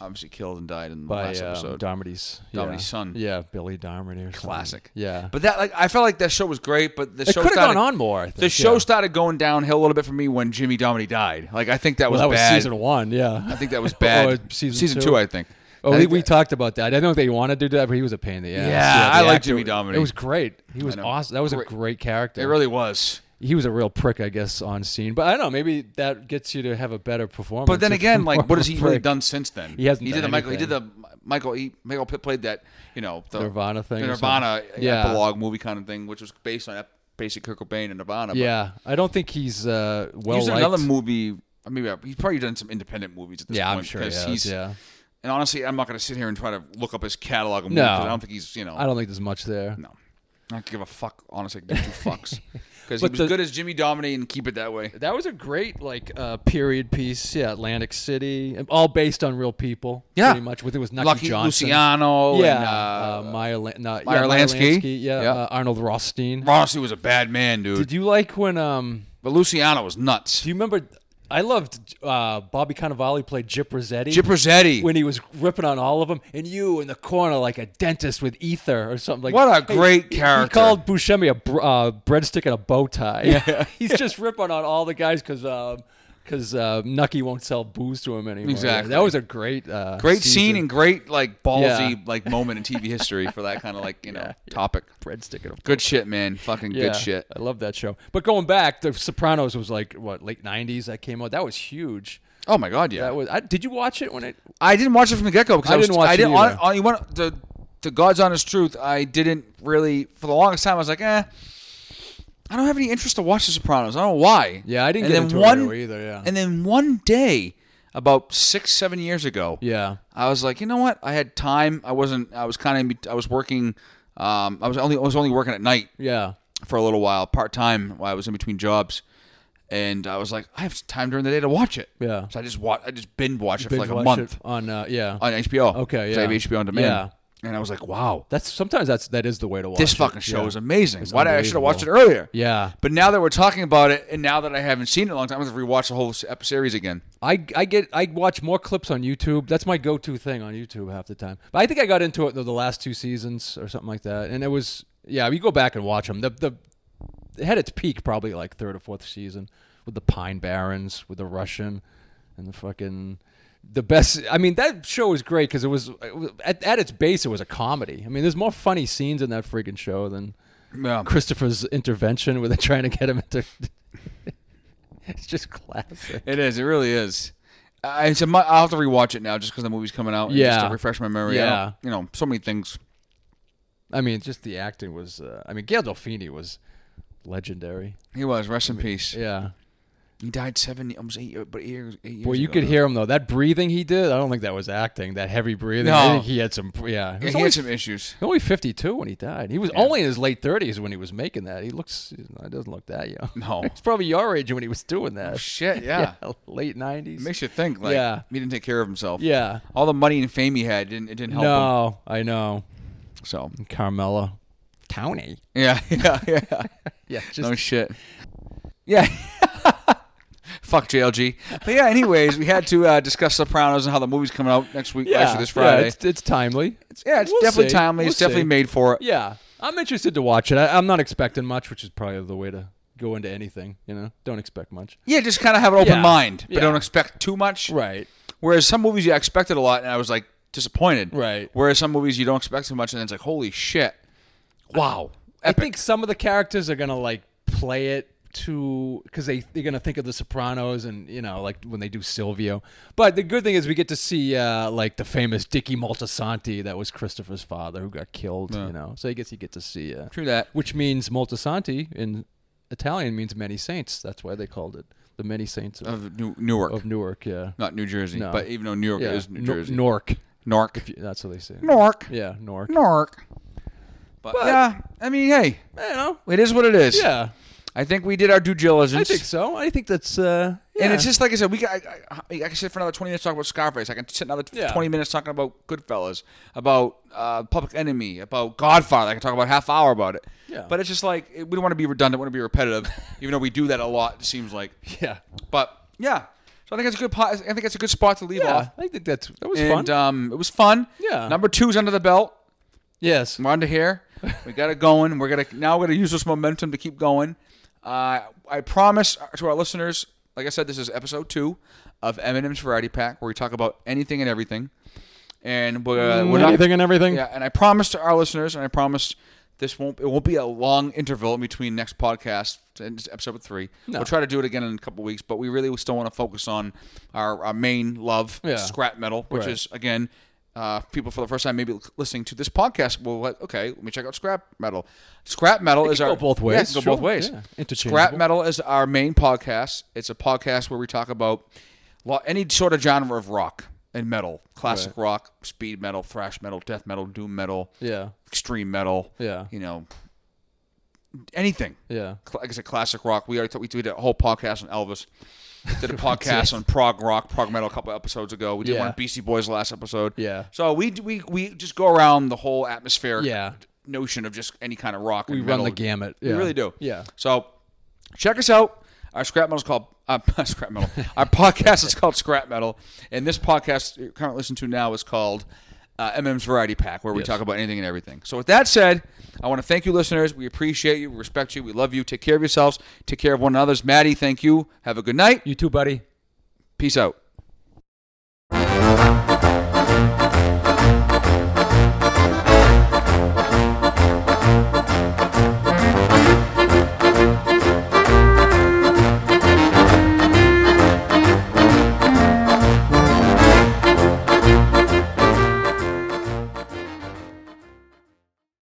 [SPEAKER 1] obviously killed and died in the
[SPEAKER 2] by
[SPEAKER 1] last
[SPEAKER 2] um,
[SPEAKER 1] episode.
[SPEAKER 2] Darmody's yeah.
[SPEAKER 1] Darmody's son.
[SPEAKER 2] Yeah, Billy Darmody. Or something.
[SPEAKER 1] Classic.
[SPEAKER 2] Yeah,
[SPEAKER 1] But that, like, I felt like that show was great, but the
[SPEAKER 2] it
[SPEAKER 1] show
[SPEAKER 2] could have
[SPEAKER 1] started,
[SPEAKER 2] gone on more. I think,
[SPEAKER 1] The show
[SPEAKER 2] yeah.
[SPEAKER 1] started going downhill a little bit for me when Jimmy Domini died. Like, I think that was
[SPEAKER 2] well, that was
[SPEAKER 1] bad.
[SPEAKER 2] season one. Yeah,
[SPEAKER 1] I think that was bad.
[SPEAKER 2] [laughs] Or season two.
[SPEAKER 1] two. I think. I
[SPEAKER 2] Oh, we,
[SPEAKER 1] think
[SPEAKER 2] we
[SPEAKER 1] that-
[SPEAKER 2] talked about that. I don't think they wanted to do that, but he was a pain in the ass.
[SPEAKER 1] Yeah,
[SPEAKER 2] the
[SPEAKER 1] I like
[SPEAKER 2] actor-
[SPEAKER 1] Jimmy Dominy.
[SPEAKER 2] It was great. He was
[SPEAKER 1] know.
[SPEAKER 2] awesome. That was
[SPEAKER 1] Great.
[SPEAKER 2] a great character.
[SPEAKER 1] it really was.
[SPEAKER 2] he was a real prick, I guess, on scene. But I don't know. Maybe that gets you to have a better performance.
[SPEAKER 1] But then
[SPEAKER 2] if
[SPEAKER 1] again, [laughs]
[SPEAKER 2] you're
[SPEAKER 1] like,
[SPEAKER 2] more
[SPEAKER 1] what has
[SPEAKER 2] of a
[SPEAKER 1] he really
[SPEAKER 2] prick.
[SPEAKER 1] done since then?
[SPEAKER 2] He hasn't
[SPEAKER 1] He
[SPEAKER 2] done
[SPEAKER 1] did the Michael. He did the
[SPEAKER 2] anything.
[SPEAKER 1] Michael. He Michael Pitt played that. You know, the
[SPEAKER 2] Nirvana thing
[SPEAKER 1] the
[SPEAKER 2] or
[SPEAKER 1] Nirvana
[SPEAKER 2] something. Yeah.
[SPEAKER 1] epilogue movie kind of thing, which was based on ep- basic Kurt Cobain and Nirvana. but
[SPEAKER 2] Yeah, I don't think he's uh, well
[SPEAKER 1] he's in
[SPEAKER 2] liked.
[SPEAKER 1] another movie. I mean, yeah, he's probably done some independent movies at this
[SPEAKER 2] yeah,
[SPEAKER 1] point.
[SPEAKER 2] I'm sure he
[SPEAKER 1] because
[SPEAKER 2] has.
[SPEAKER 1] he's,
[SPEAKER 2] yeah,
[SPEAKER 1] And honestly, I'm not going to sit here and try to look up his catalog of movies.
[SPEAKER 2] No.
[SPEAKER 1] 'cause I don't think he's, you know,
[SPEAKER 2] I don't think there's much there.
[SPEAKER 1] no. I don't give a fuck. Honestly, I give two
[SPEAKER 2] [laughs]
[SPEAKER 1] fucks because he
[SPEAKER 2] But
[SPEAKER 1] was
[SPEAKER 2] the-
[SPEAKER 1] good as Jimmy Domini and keep it that way.
[SPEAKER 2] That was a great like uh, period piece. Yeah, Atlantic City, all based on real people.
[SPEAKER 1] Yeah.
[SPEAKER 2] pretty much. With it was Nucky
[SPEAKER 1] Lucky
[SPEAKER 2] Johnson.
[SPEAKER 1] Luciano.
[SPEAKER 2] Yeah,
[SPEAKER 1] and,
[SPEAKER 2] uh,
[SPEAKER 1] uh,
[SPEAKER 2] Meyer, Lan- no, yeah,
[SPEAKER 1] Meyer Lansky.
[SPEAKER 2] Lansky, Yeah,
[SPEAKER 1] Yeah.
[SPEAKER 2] Uh, Arnold Rothstein.
[SPEAKER 1] Rossi was a bad man, dude.
[SPEAKER 2] Did you like when? Um,
[SPEAKER 1] but Luciano was nuts.
[SPEAKER 2] do you remember? I loved uh, Bobby Cannavale played Jip Rossetti.
[SPEAKER 1] Chip Rossetti.
[SPEAKER 2] when he was ripping on all of them, and you in the corner like a dentist with ether or something like.
[SPEAKER 1] What a great
[SPEAKER 2] he- He
[SPEAKER 1] character.
[SPEAKER 2] called Buscemi a br- uh, breadstick and a bow tie. [laughs] he's just ripping on all the guys because. because uh, Nucky won't sell booze to him anymore.
[SPEAKER 1] Exactly.
[SPEAKER 2] That was a great, uh,
[SPEAKER 1] great
[SPEAKER 2] season.
[SPEAKER 1] scene and great like ballsy
[SPEAKER 2] Yeah.
[SPEAKER 1] like moment in TV history for that kind of like
[SPEAKER 2] [laughs]
[SPEAKER 1] you know topic.
[SPEAKER 2] breadstick and a
[SPEAKER 1] Good shit, man. Fucking
[SPEAKER 2] Yeah,
[SPEAKER 1] good shit.
[SPEAKER 2] I love that show. But going back, The Sopranos was like what late '90s that came out. That was huge.
[SPEAKER 1] Oh my god, yeah.
[SPEAKER 2] That was. I, did you watch it when it?
[SPEAKER 1] I didn't watch it from the get go because I,
[SPEAKER 2] I
[SPEAKER 1] was,
[SPEAKER 2] didn't watch
[SPEAKER 1] I
[SPEAKER 2] it
[SPEAKER 1] didn't.
[SPEAKER 2] either.
[SPEAKER 1] On, on, you want the the God's honest truth. I didn't really for the longest time. I was like, eh. I don't have any interest to watch The Sopranos. I don't know why.
[SPEAKER 2] Yeah, I didn't
[SPEAKER 1] and
[SPEAKER 2] get
[SPEAKER 1] then
[SPEAKER 2] into it
[SPEAKER 1] one,
[SPEAKER 2] right away either, yeah.
[SPEAKER 1] And then one day, about six, seven years ago,
[SPEAKER 2] Yeah.
[SPEAKER 1] I was like, you know what? I had time. I wasn't. I was kind of. I was working. Um, I was only. I was only working at night
[SPEAKER 2] Yeah.
[SPEAKER 1] for a little while, part time, while I was in between jobs. And I was like, I have time during the day to watch it.
[SPEAKER 2] Yeah.
[SPEAKER 1] So I just watch. I just binge watched it for like a
[SPEAKER 2] Binge watch
[SPEAKER 1] month
[SPEAKER 2] it on uh, yeah.
[SPEAKER 1] on HBO.
[SPEAKER 2] Okay,
[SPEAKER 1] 'Cause I have
[SPEAKER 2] yeah.
[SPEAKER 1] HBO on demand.
[SPEAKER 2] Yeah.
[SPEAKER 1] And I was like, wow,
[SPEAKER 2] that's sometimes that's that is the way to watch
[SPEAKER 1] this
[SPEAKER 2] it.
[SPEAKER 1] fucking show
[SPEAKER 2] yeah.
[SPEAKER 1] is amazing. Why did I should have watched it earlier?
[SPEAKER 2] Yeah.
[SPEAKER 1] But now that we're talking about it, and now that I haven't seen it in a long time, I'm gonna rewatch the whole ep- series again.
[SPEAKER 2] I, I get I watch more clips on YouTube. That's my go-to thing on YouTube half the time. But I think I got into it though the last two seasons or something like that, and it was yeah. You go back and watch them. The the it had its peak probably like third or fourth season with the Pine Barrens, with the Russian, and the fucking the best. I mean that show was great because it was, it was at, at its base it was a comedy. I mean there's more funny scenes in that freaking show than
[SPEAKER 1] Yeah.
[SPEAKER 2] Christopher's intervention with trying to get him into. [laughs] it's just classic.
[SPEAKER 1] It is. It really is. I, it's a mu- I'll have to rewatch it now just because the movie's coming out. And Just
[SPEAKER 2] Yeah.
[SPEAKER 1] to refresh my memory. I
[SPEAKER 2] Yeah.
[SPEAKER 1] don't- You know, so many things.
[SPEAKER 2] I mean, just the acting was. Uh, I mean, Gail Delfini was legendary.
[SPEAKER 1] He was. Rest in peace.
[SPEAKER 2] Yeah.
[SPEAKER 1] He died seven, almost eight, year- but eight years. Eight years
[SPEAKER 2] Boy, you
[SPEAKER 1] ago.
[SPEAKER 2] could hear him though. That breathing he did, I don't think that was acting. That heavy breathing. I
[SPEAKER 1] No.
[SPEAKER 2] think he had some. Yeah. He
[SPEAKER 1] Yeah,
[SPEAKER 2] was
[SPEAKER 1] he
[SPEAKER 2] only,
[SPEAKER 1] had some issues.
[SPEAKER 2] he was only 52 when he died. He was only in his late 30s when he was making that. He looks. He doesn't look that young. [laughs]
[SPEAKER 1] No.
[SPEAKER 2] He's probably your age when he was doing that.
[SPEAKER 1] Shit. Oh, Yeah.
[SPEAKER 2] [laughs] Late 90s.
[SPEAKER 1] It makes you think. Like,
[SPEAKER 2] Yeah.
[SPEAKER 1] he didn't take care of himself.
[SPEAKER 2] yeah.
[SPEAKER 1] All the money and fame he had didn't it didn't help him.
[SPEAKER 2] No, I know.
[SPEAKER 1] So
[SPEAKER 2] Carmella. County.
[SPEAKER 1] yeah, [laughs] yeah,
[SPEAKER 2] [laughs]
[SPEAKER 1] yeah.
[SPEAKER 2] Yeah. Just
[SPEAKER 1] no shit. Yeah. [laughs] Fuck JLG. But yeah. Anyways, we had to uh, discuss Sopranos and how the movie's coming out next week.
[SPEAKER 2] yeah,
[SPEAKER 1] actually, this Friday.
[SPEAKER 2] Yeah, it's, it's timely.
[SPEAKER 1] Yeah, it's
[SPEAKER 2] We'll
[SPEAKER 1] definitely
[SPEAKER 2] see.
[SPEAKER 1] timely.
[SPEAKER 2] We'll
[SPEAKER 1] it's definitely
[SPEAKER 2] see.
[SPEAKER 1] made for it.
[SPEAKER 2] Yeah, I'm interested to watch it. I, I'm not expecting much, which is probably the way to go into anything. You know, don't expect much.
[SPEAKER 1] Yeah, just kind of have an open
[SPEAKER 2] Yeah.
[SPEAKER 1] mind, but
[SPEAKER 2] Yeah.
[SPEAKER 1] don't expect too much.
[SPEAKER 2] Right.
[SPEAKER 1] Whereas some movies you expected a lot, and I was like disappointed.
[SPEAKER 2] Right.
[SPEAKER 1] Whereas some movies you don't expect too much, and then it's like, holy shit, wow,
[SPEAKER 2] I
[SPEAKER 1] epic.
[SPEAKER 2] think some of the characters are gonna like play it to because they they're gonna think of the Sopranos and you know like when they do Silvio. But the good thing is we get to see uh, like the famous Dicky Moltisanti that was Christopher's father who got killed. You know, so I guess you get to see. Uh,
[SPEAKER 1] True that.
[SPEAKER 2] Which means Moltisanti in Italian means many saints. That's why they called it the many saints of,
[SPEAKER 1] of New- Newark,
[SPEAKER 2] of Newark. Yeah.
[SPEAKER 1] not New Jersey,
[SPEAKER 2] No.
[SPEAKER 1] but even though New York
[SPEAKER 2] Yeah,
[SPEAKER 1] is New
[SPEAKER 2] Nor-
[SPEAKER 1] Jersey,
[SPEAKER 2] Nork.
[SPEAKER 1] Nork,
[SPEAKER 2] If you- That's what they say.
[SPEAKER 1] Nork,
[SPEAKER 2] Yeah, Nork.
[SPEAKER 1] Nork. But, yeah, I mean, hey,
[SPEAKER 2] You know.
[SPEAKER 1] it is what it is.
[SPEAKER 2] Yeah,
[SPEAKER 1] I think we did our due diligence.
[SPEAKER 2] I think so. I think that's. uh
[SPEAKER 1] And
[SPEAKER 2] yeah.
[SPEAKER 1] it's just like I said, we got, I, I, I can sit for another 20 minutes talking about Scarface. I can sit another
[SPEAKER 2] Yeah.
[SPEAKER 1] 20 minutes talking about Goodfellas, about uh, Public Enemy, about Godfather. I can talk about half hour about it.
[SPEAKER 2] Yeah.
[SPEAKER 1] But it's just like, it- we don't want to be redundant, we want to be
[SPEAKER 2] [laughs]
[SPEAKER 1] repetitive, even though we do that a lot, it seems like.
[SPEAKER 2] yeah,
[SPEAKER 1] But yeah. So I think it's a good po- I think it's a good spot to leave
[SPEAKER 2] yeah.
[SPEAKER 1] off.
[SPEAKER 2] I think that's that was
[SPEAKER 1] and
[SPEAKER 2] fun.
[SPEAKER 1] Um, it was fun.
[SPEAKER 2] Yeah.
[SPEAKER 1] Number two's under the belt.
[SPEAKER 2] yes,
[SPEAKER 1] We're under here. We got it going. We're gonna now we're gonna use this momentum to keep going. Uh, I promise to our listeners, like I said, this is episode two of Eminem's Variety Pack, where we talk about anything and everything. And we're, uh, we're not,
[SPEAKER 2] anything and everything.
[SPEAKER 1] yeah. And I promised to our listeners, and I promised this won't it won't be a long interval in between next podcast and it's episode three. We'll try to do it again in a couple weeks, but we really still want to focus on our, our main love,
[SPEAKER 2] Yeah.
[SPEAKER 1] scrap metal, which
[SPEAKER 2] Right.
[SPEAKER 1] is again. Uh, people for the first time maybe listening to this podcast will let, okay let me check out scrap metal scrap metal is
[SPEAKER 2] can
[SPEAKER 1] our
[SPEAKER 2] go both
[SPEAKER 1] yeah, it
[SPEAKER 2] ways,
[SPEAKER 1] can go both
[SPEAKER 2] sure,
[SPEAKER 1] ways
[SPEAKER 2] yeah.
[SPEAKER 1] scrap
[SPEAKER 2] Interchangeable.
[SPEAKER 1] metal is our main podcast it's a podcast where we talk about lo- any sort of genre of rock and metal classic rock speed metal thrash metal death metal doom metal
[SPEAKER 2] yeah,
[SPEAKER 1] extreme metal,
[SPEAKER 2] yeah,
[SPEAKER 1] you know, anything.
[SPEAKER 2] yeah.
[SPEAKER 1] Cl- Like I said, classic rock. We already t- we did a whole podcast on Elvis.
[SPEAKER 2] [laughs]
[SPEAKER 1] Did a podcast on prog rock, prog metal a couple episodes ago. We did one
[SPEAKER 2] Yeah.
[SPEAKER 1] on Beastie Boys last episode.
[SPEAKER 2] Yeah.
[SPEAKER 1] So we d- we we just go around the whole atmospheric
[SPEAKER 2] Yeah.
[SPEAKER 1] notion of just any kind of rock.
[SPEAKER 2] We
[SPEAKER 1] and
[SPEAKER 2] run
[SPEAKER 1] metal.
[SPEAKER 2] the gamut.
[SPEAKER 1] We
[SPEAKER 2] Yeah.
[SPEAKER 1] really do.
[SPEAKER 2] Yeah.
[SPEAKER 1] So check us out. Our scrap metal's called Uh, [laughs] scrap metal. Our podcast is called Scrap Metal, and this podcast you're currently listening to now is called uh, MM's Variety Pack, where we talk about anything and everything. So, with that said, I want to thank you, listeners. We appreciate you, we respect you, we love you. Take care of yourselves, take care of one another's. Maddie, thank you. Have a good night.
[SPEAKER 2] You too, buddy.
[SPEAKER 1] Peace out.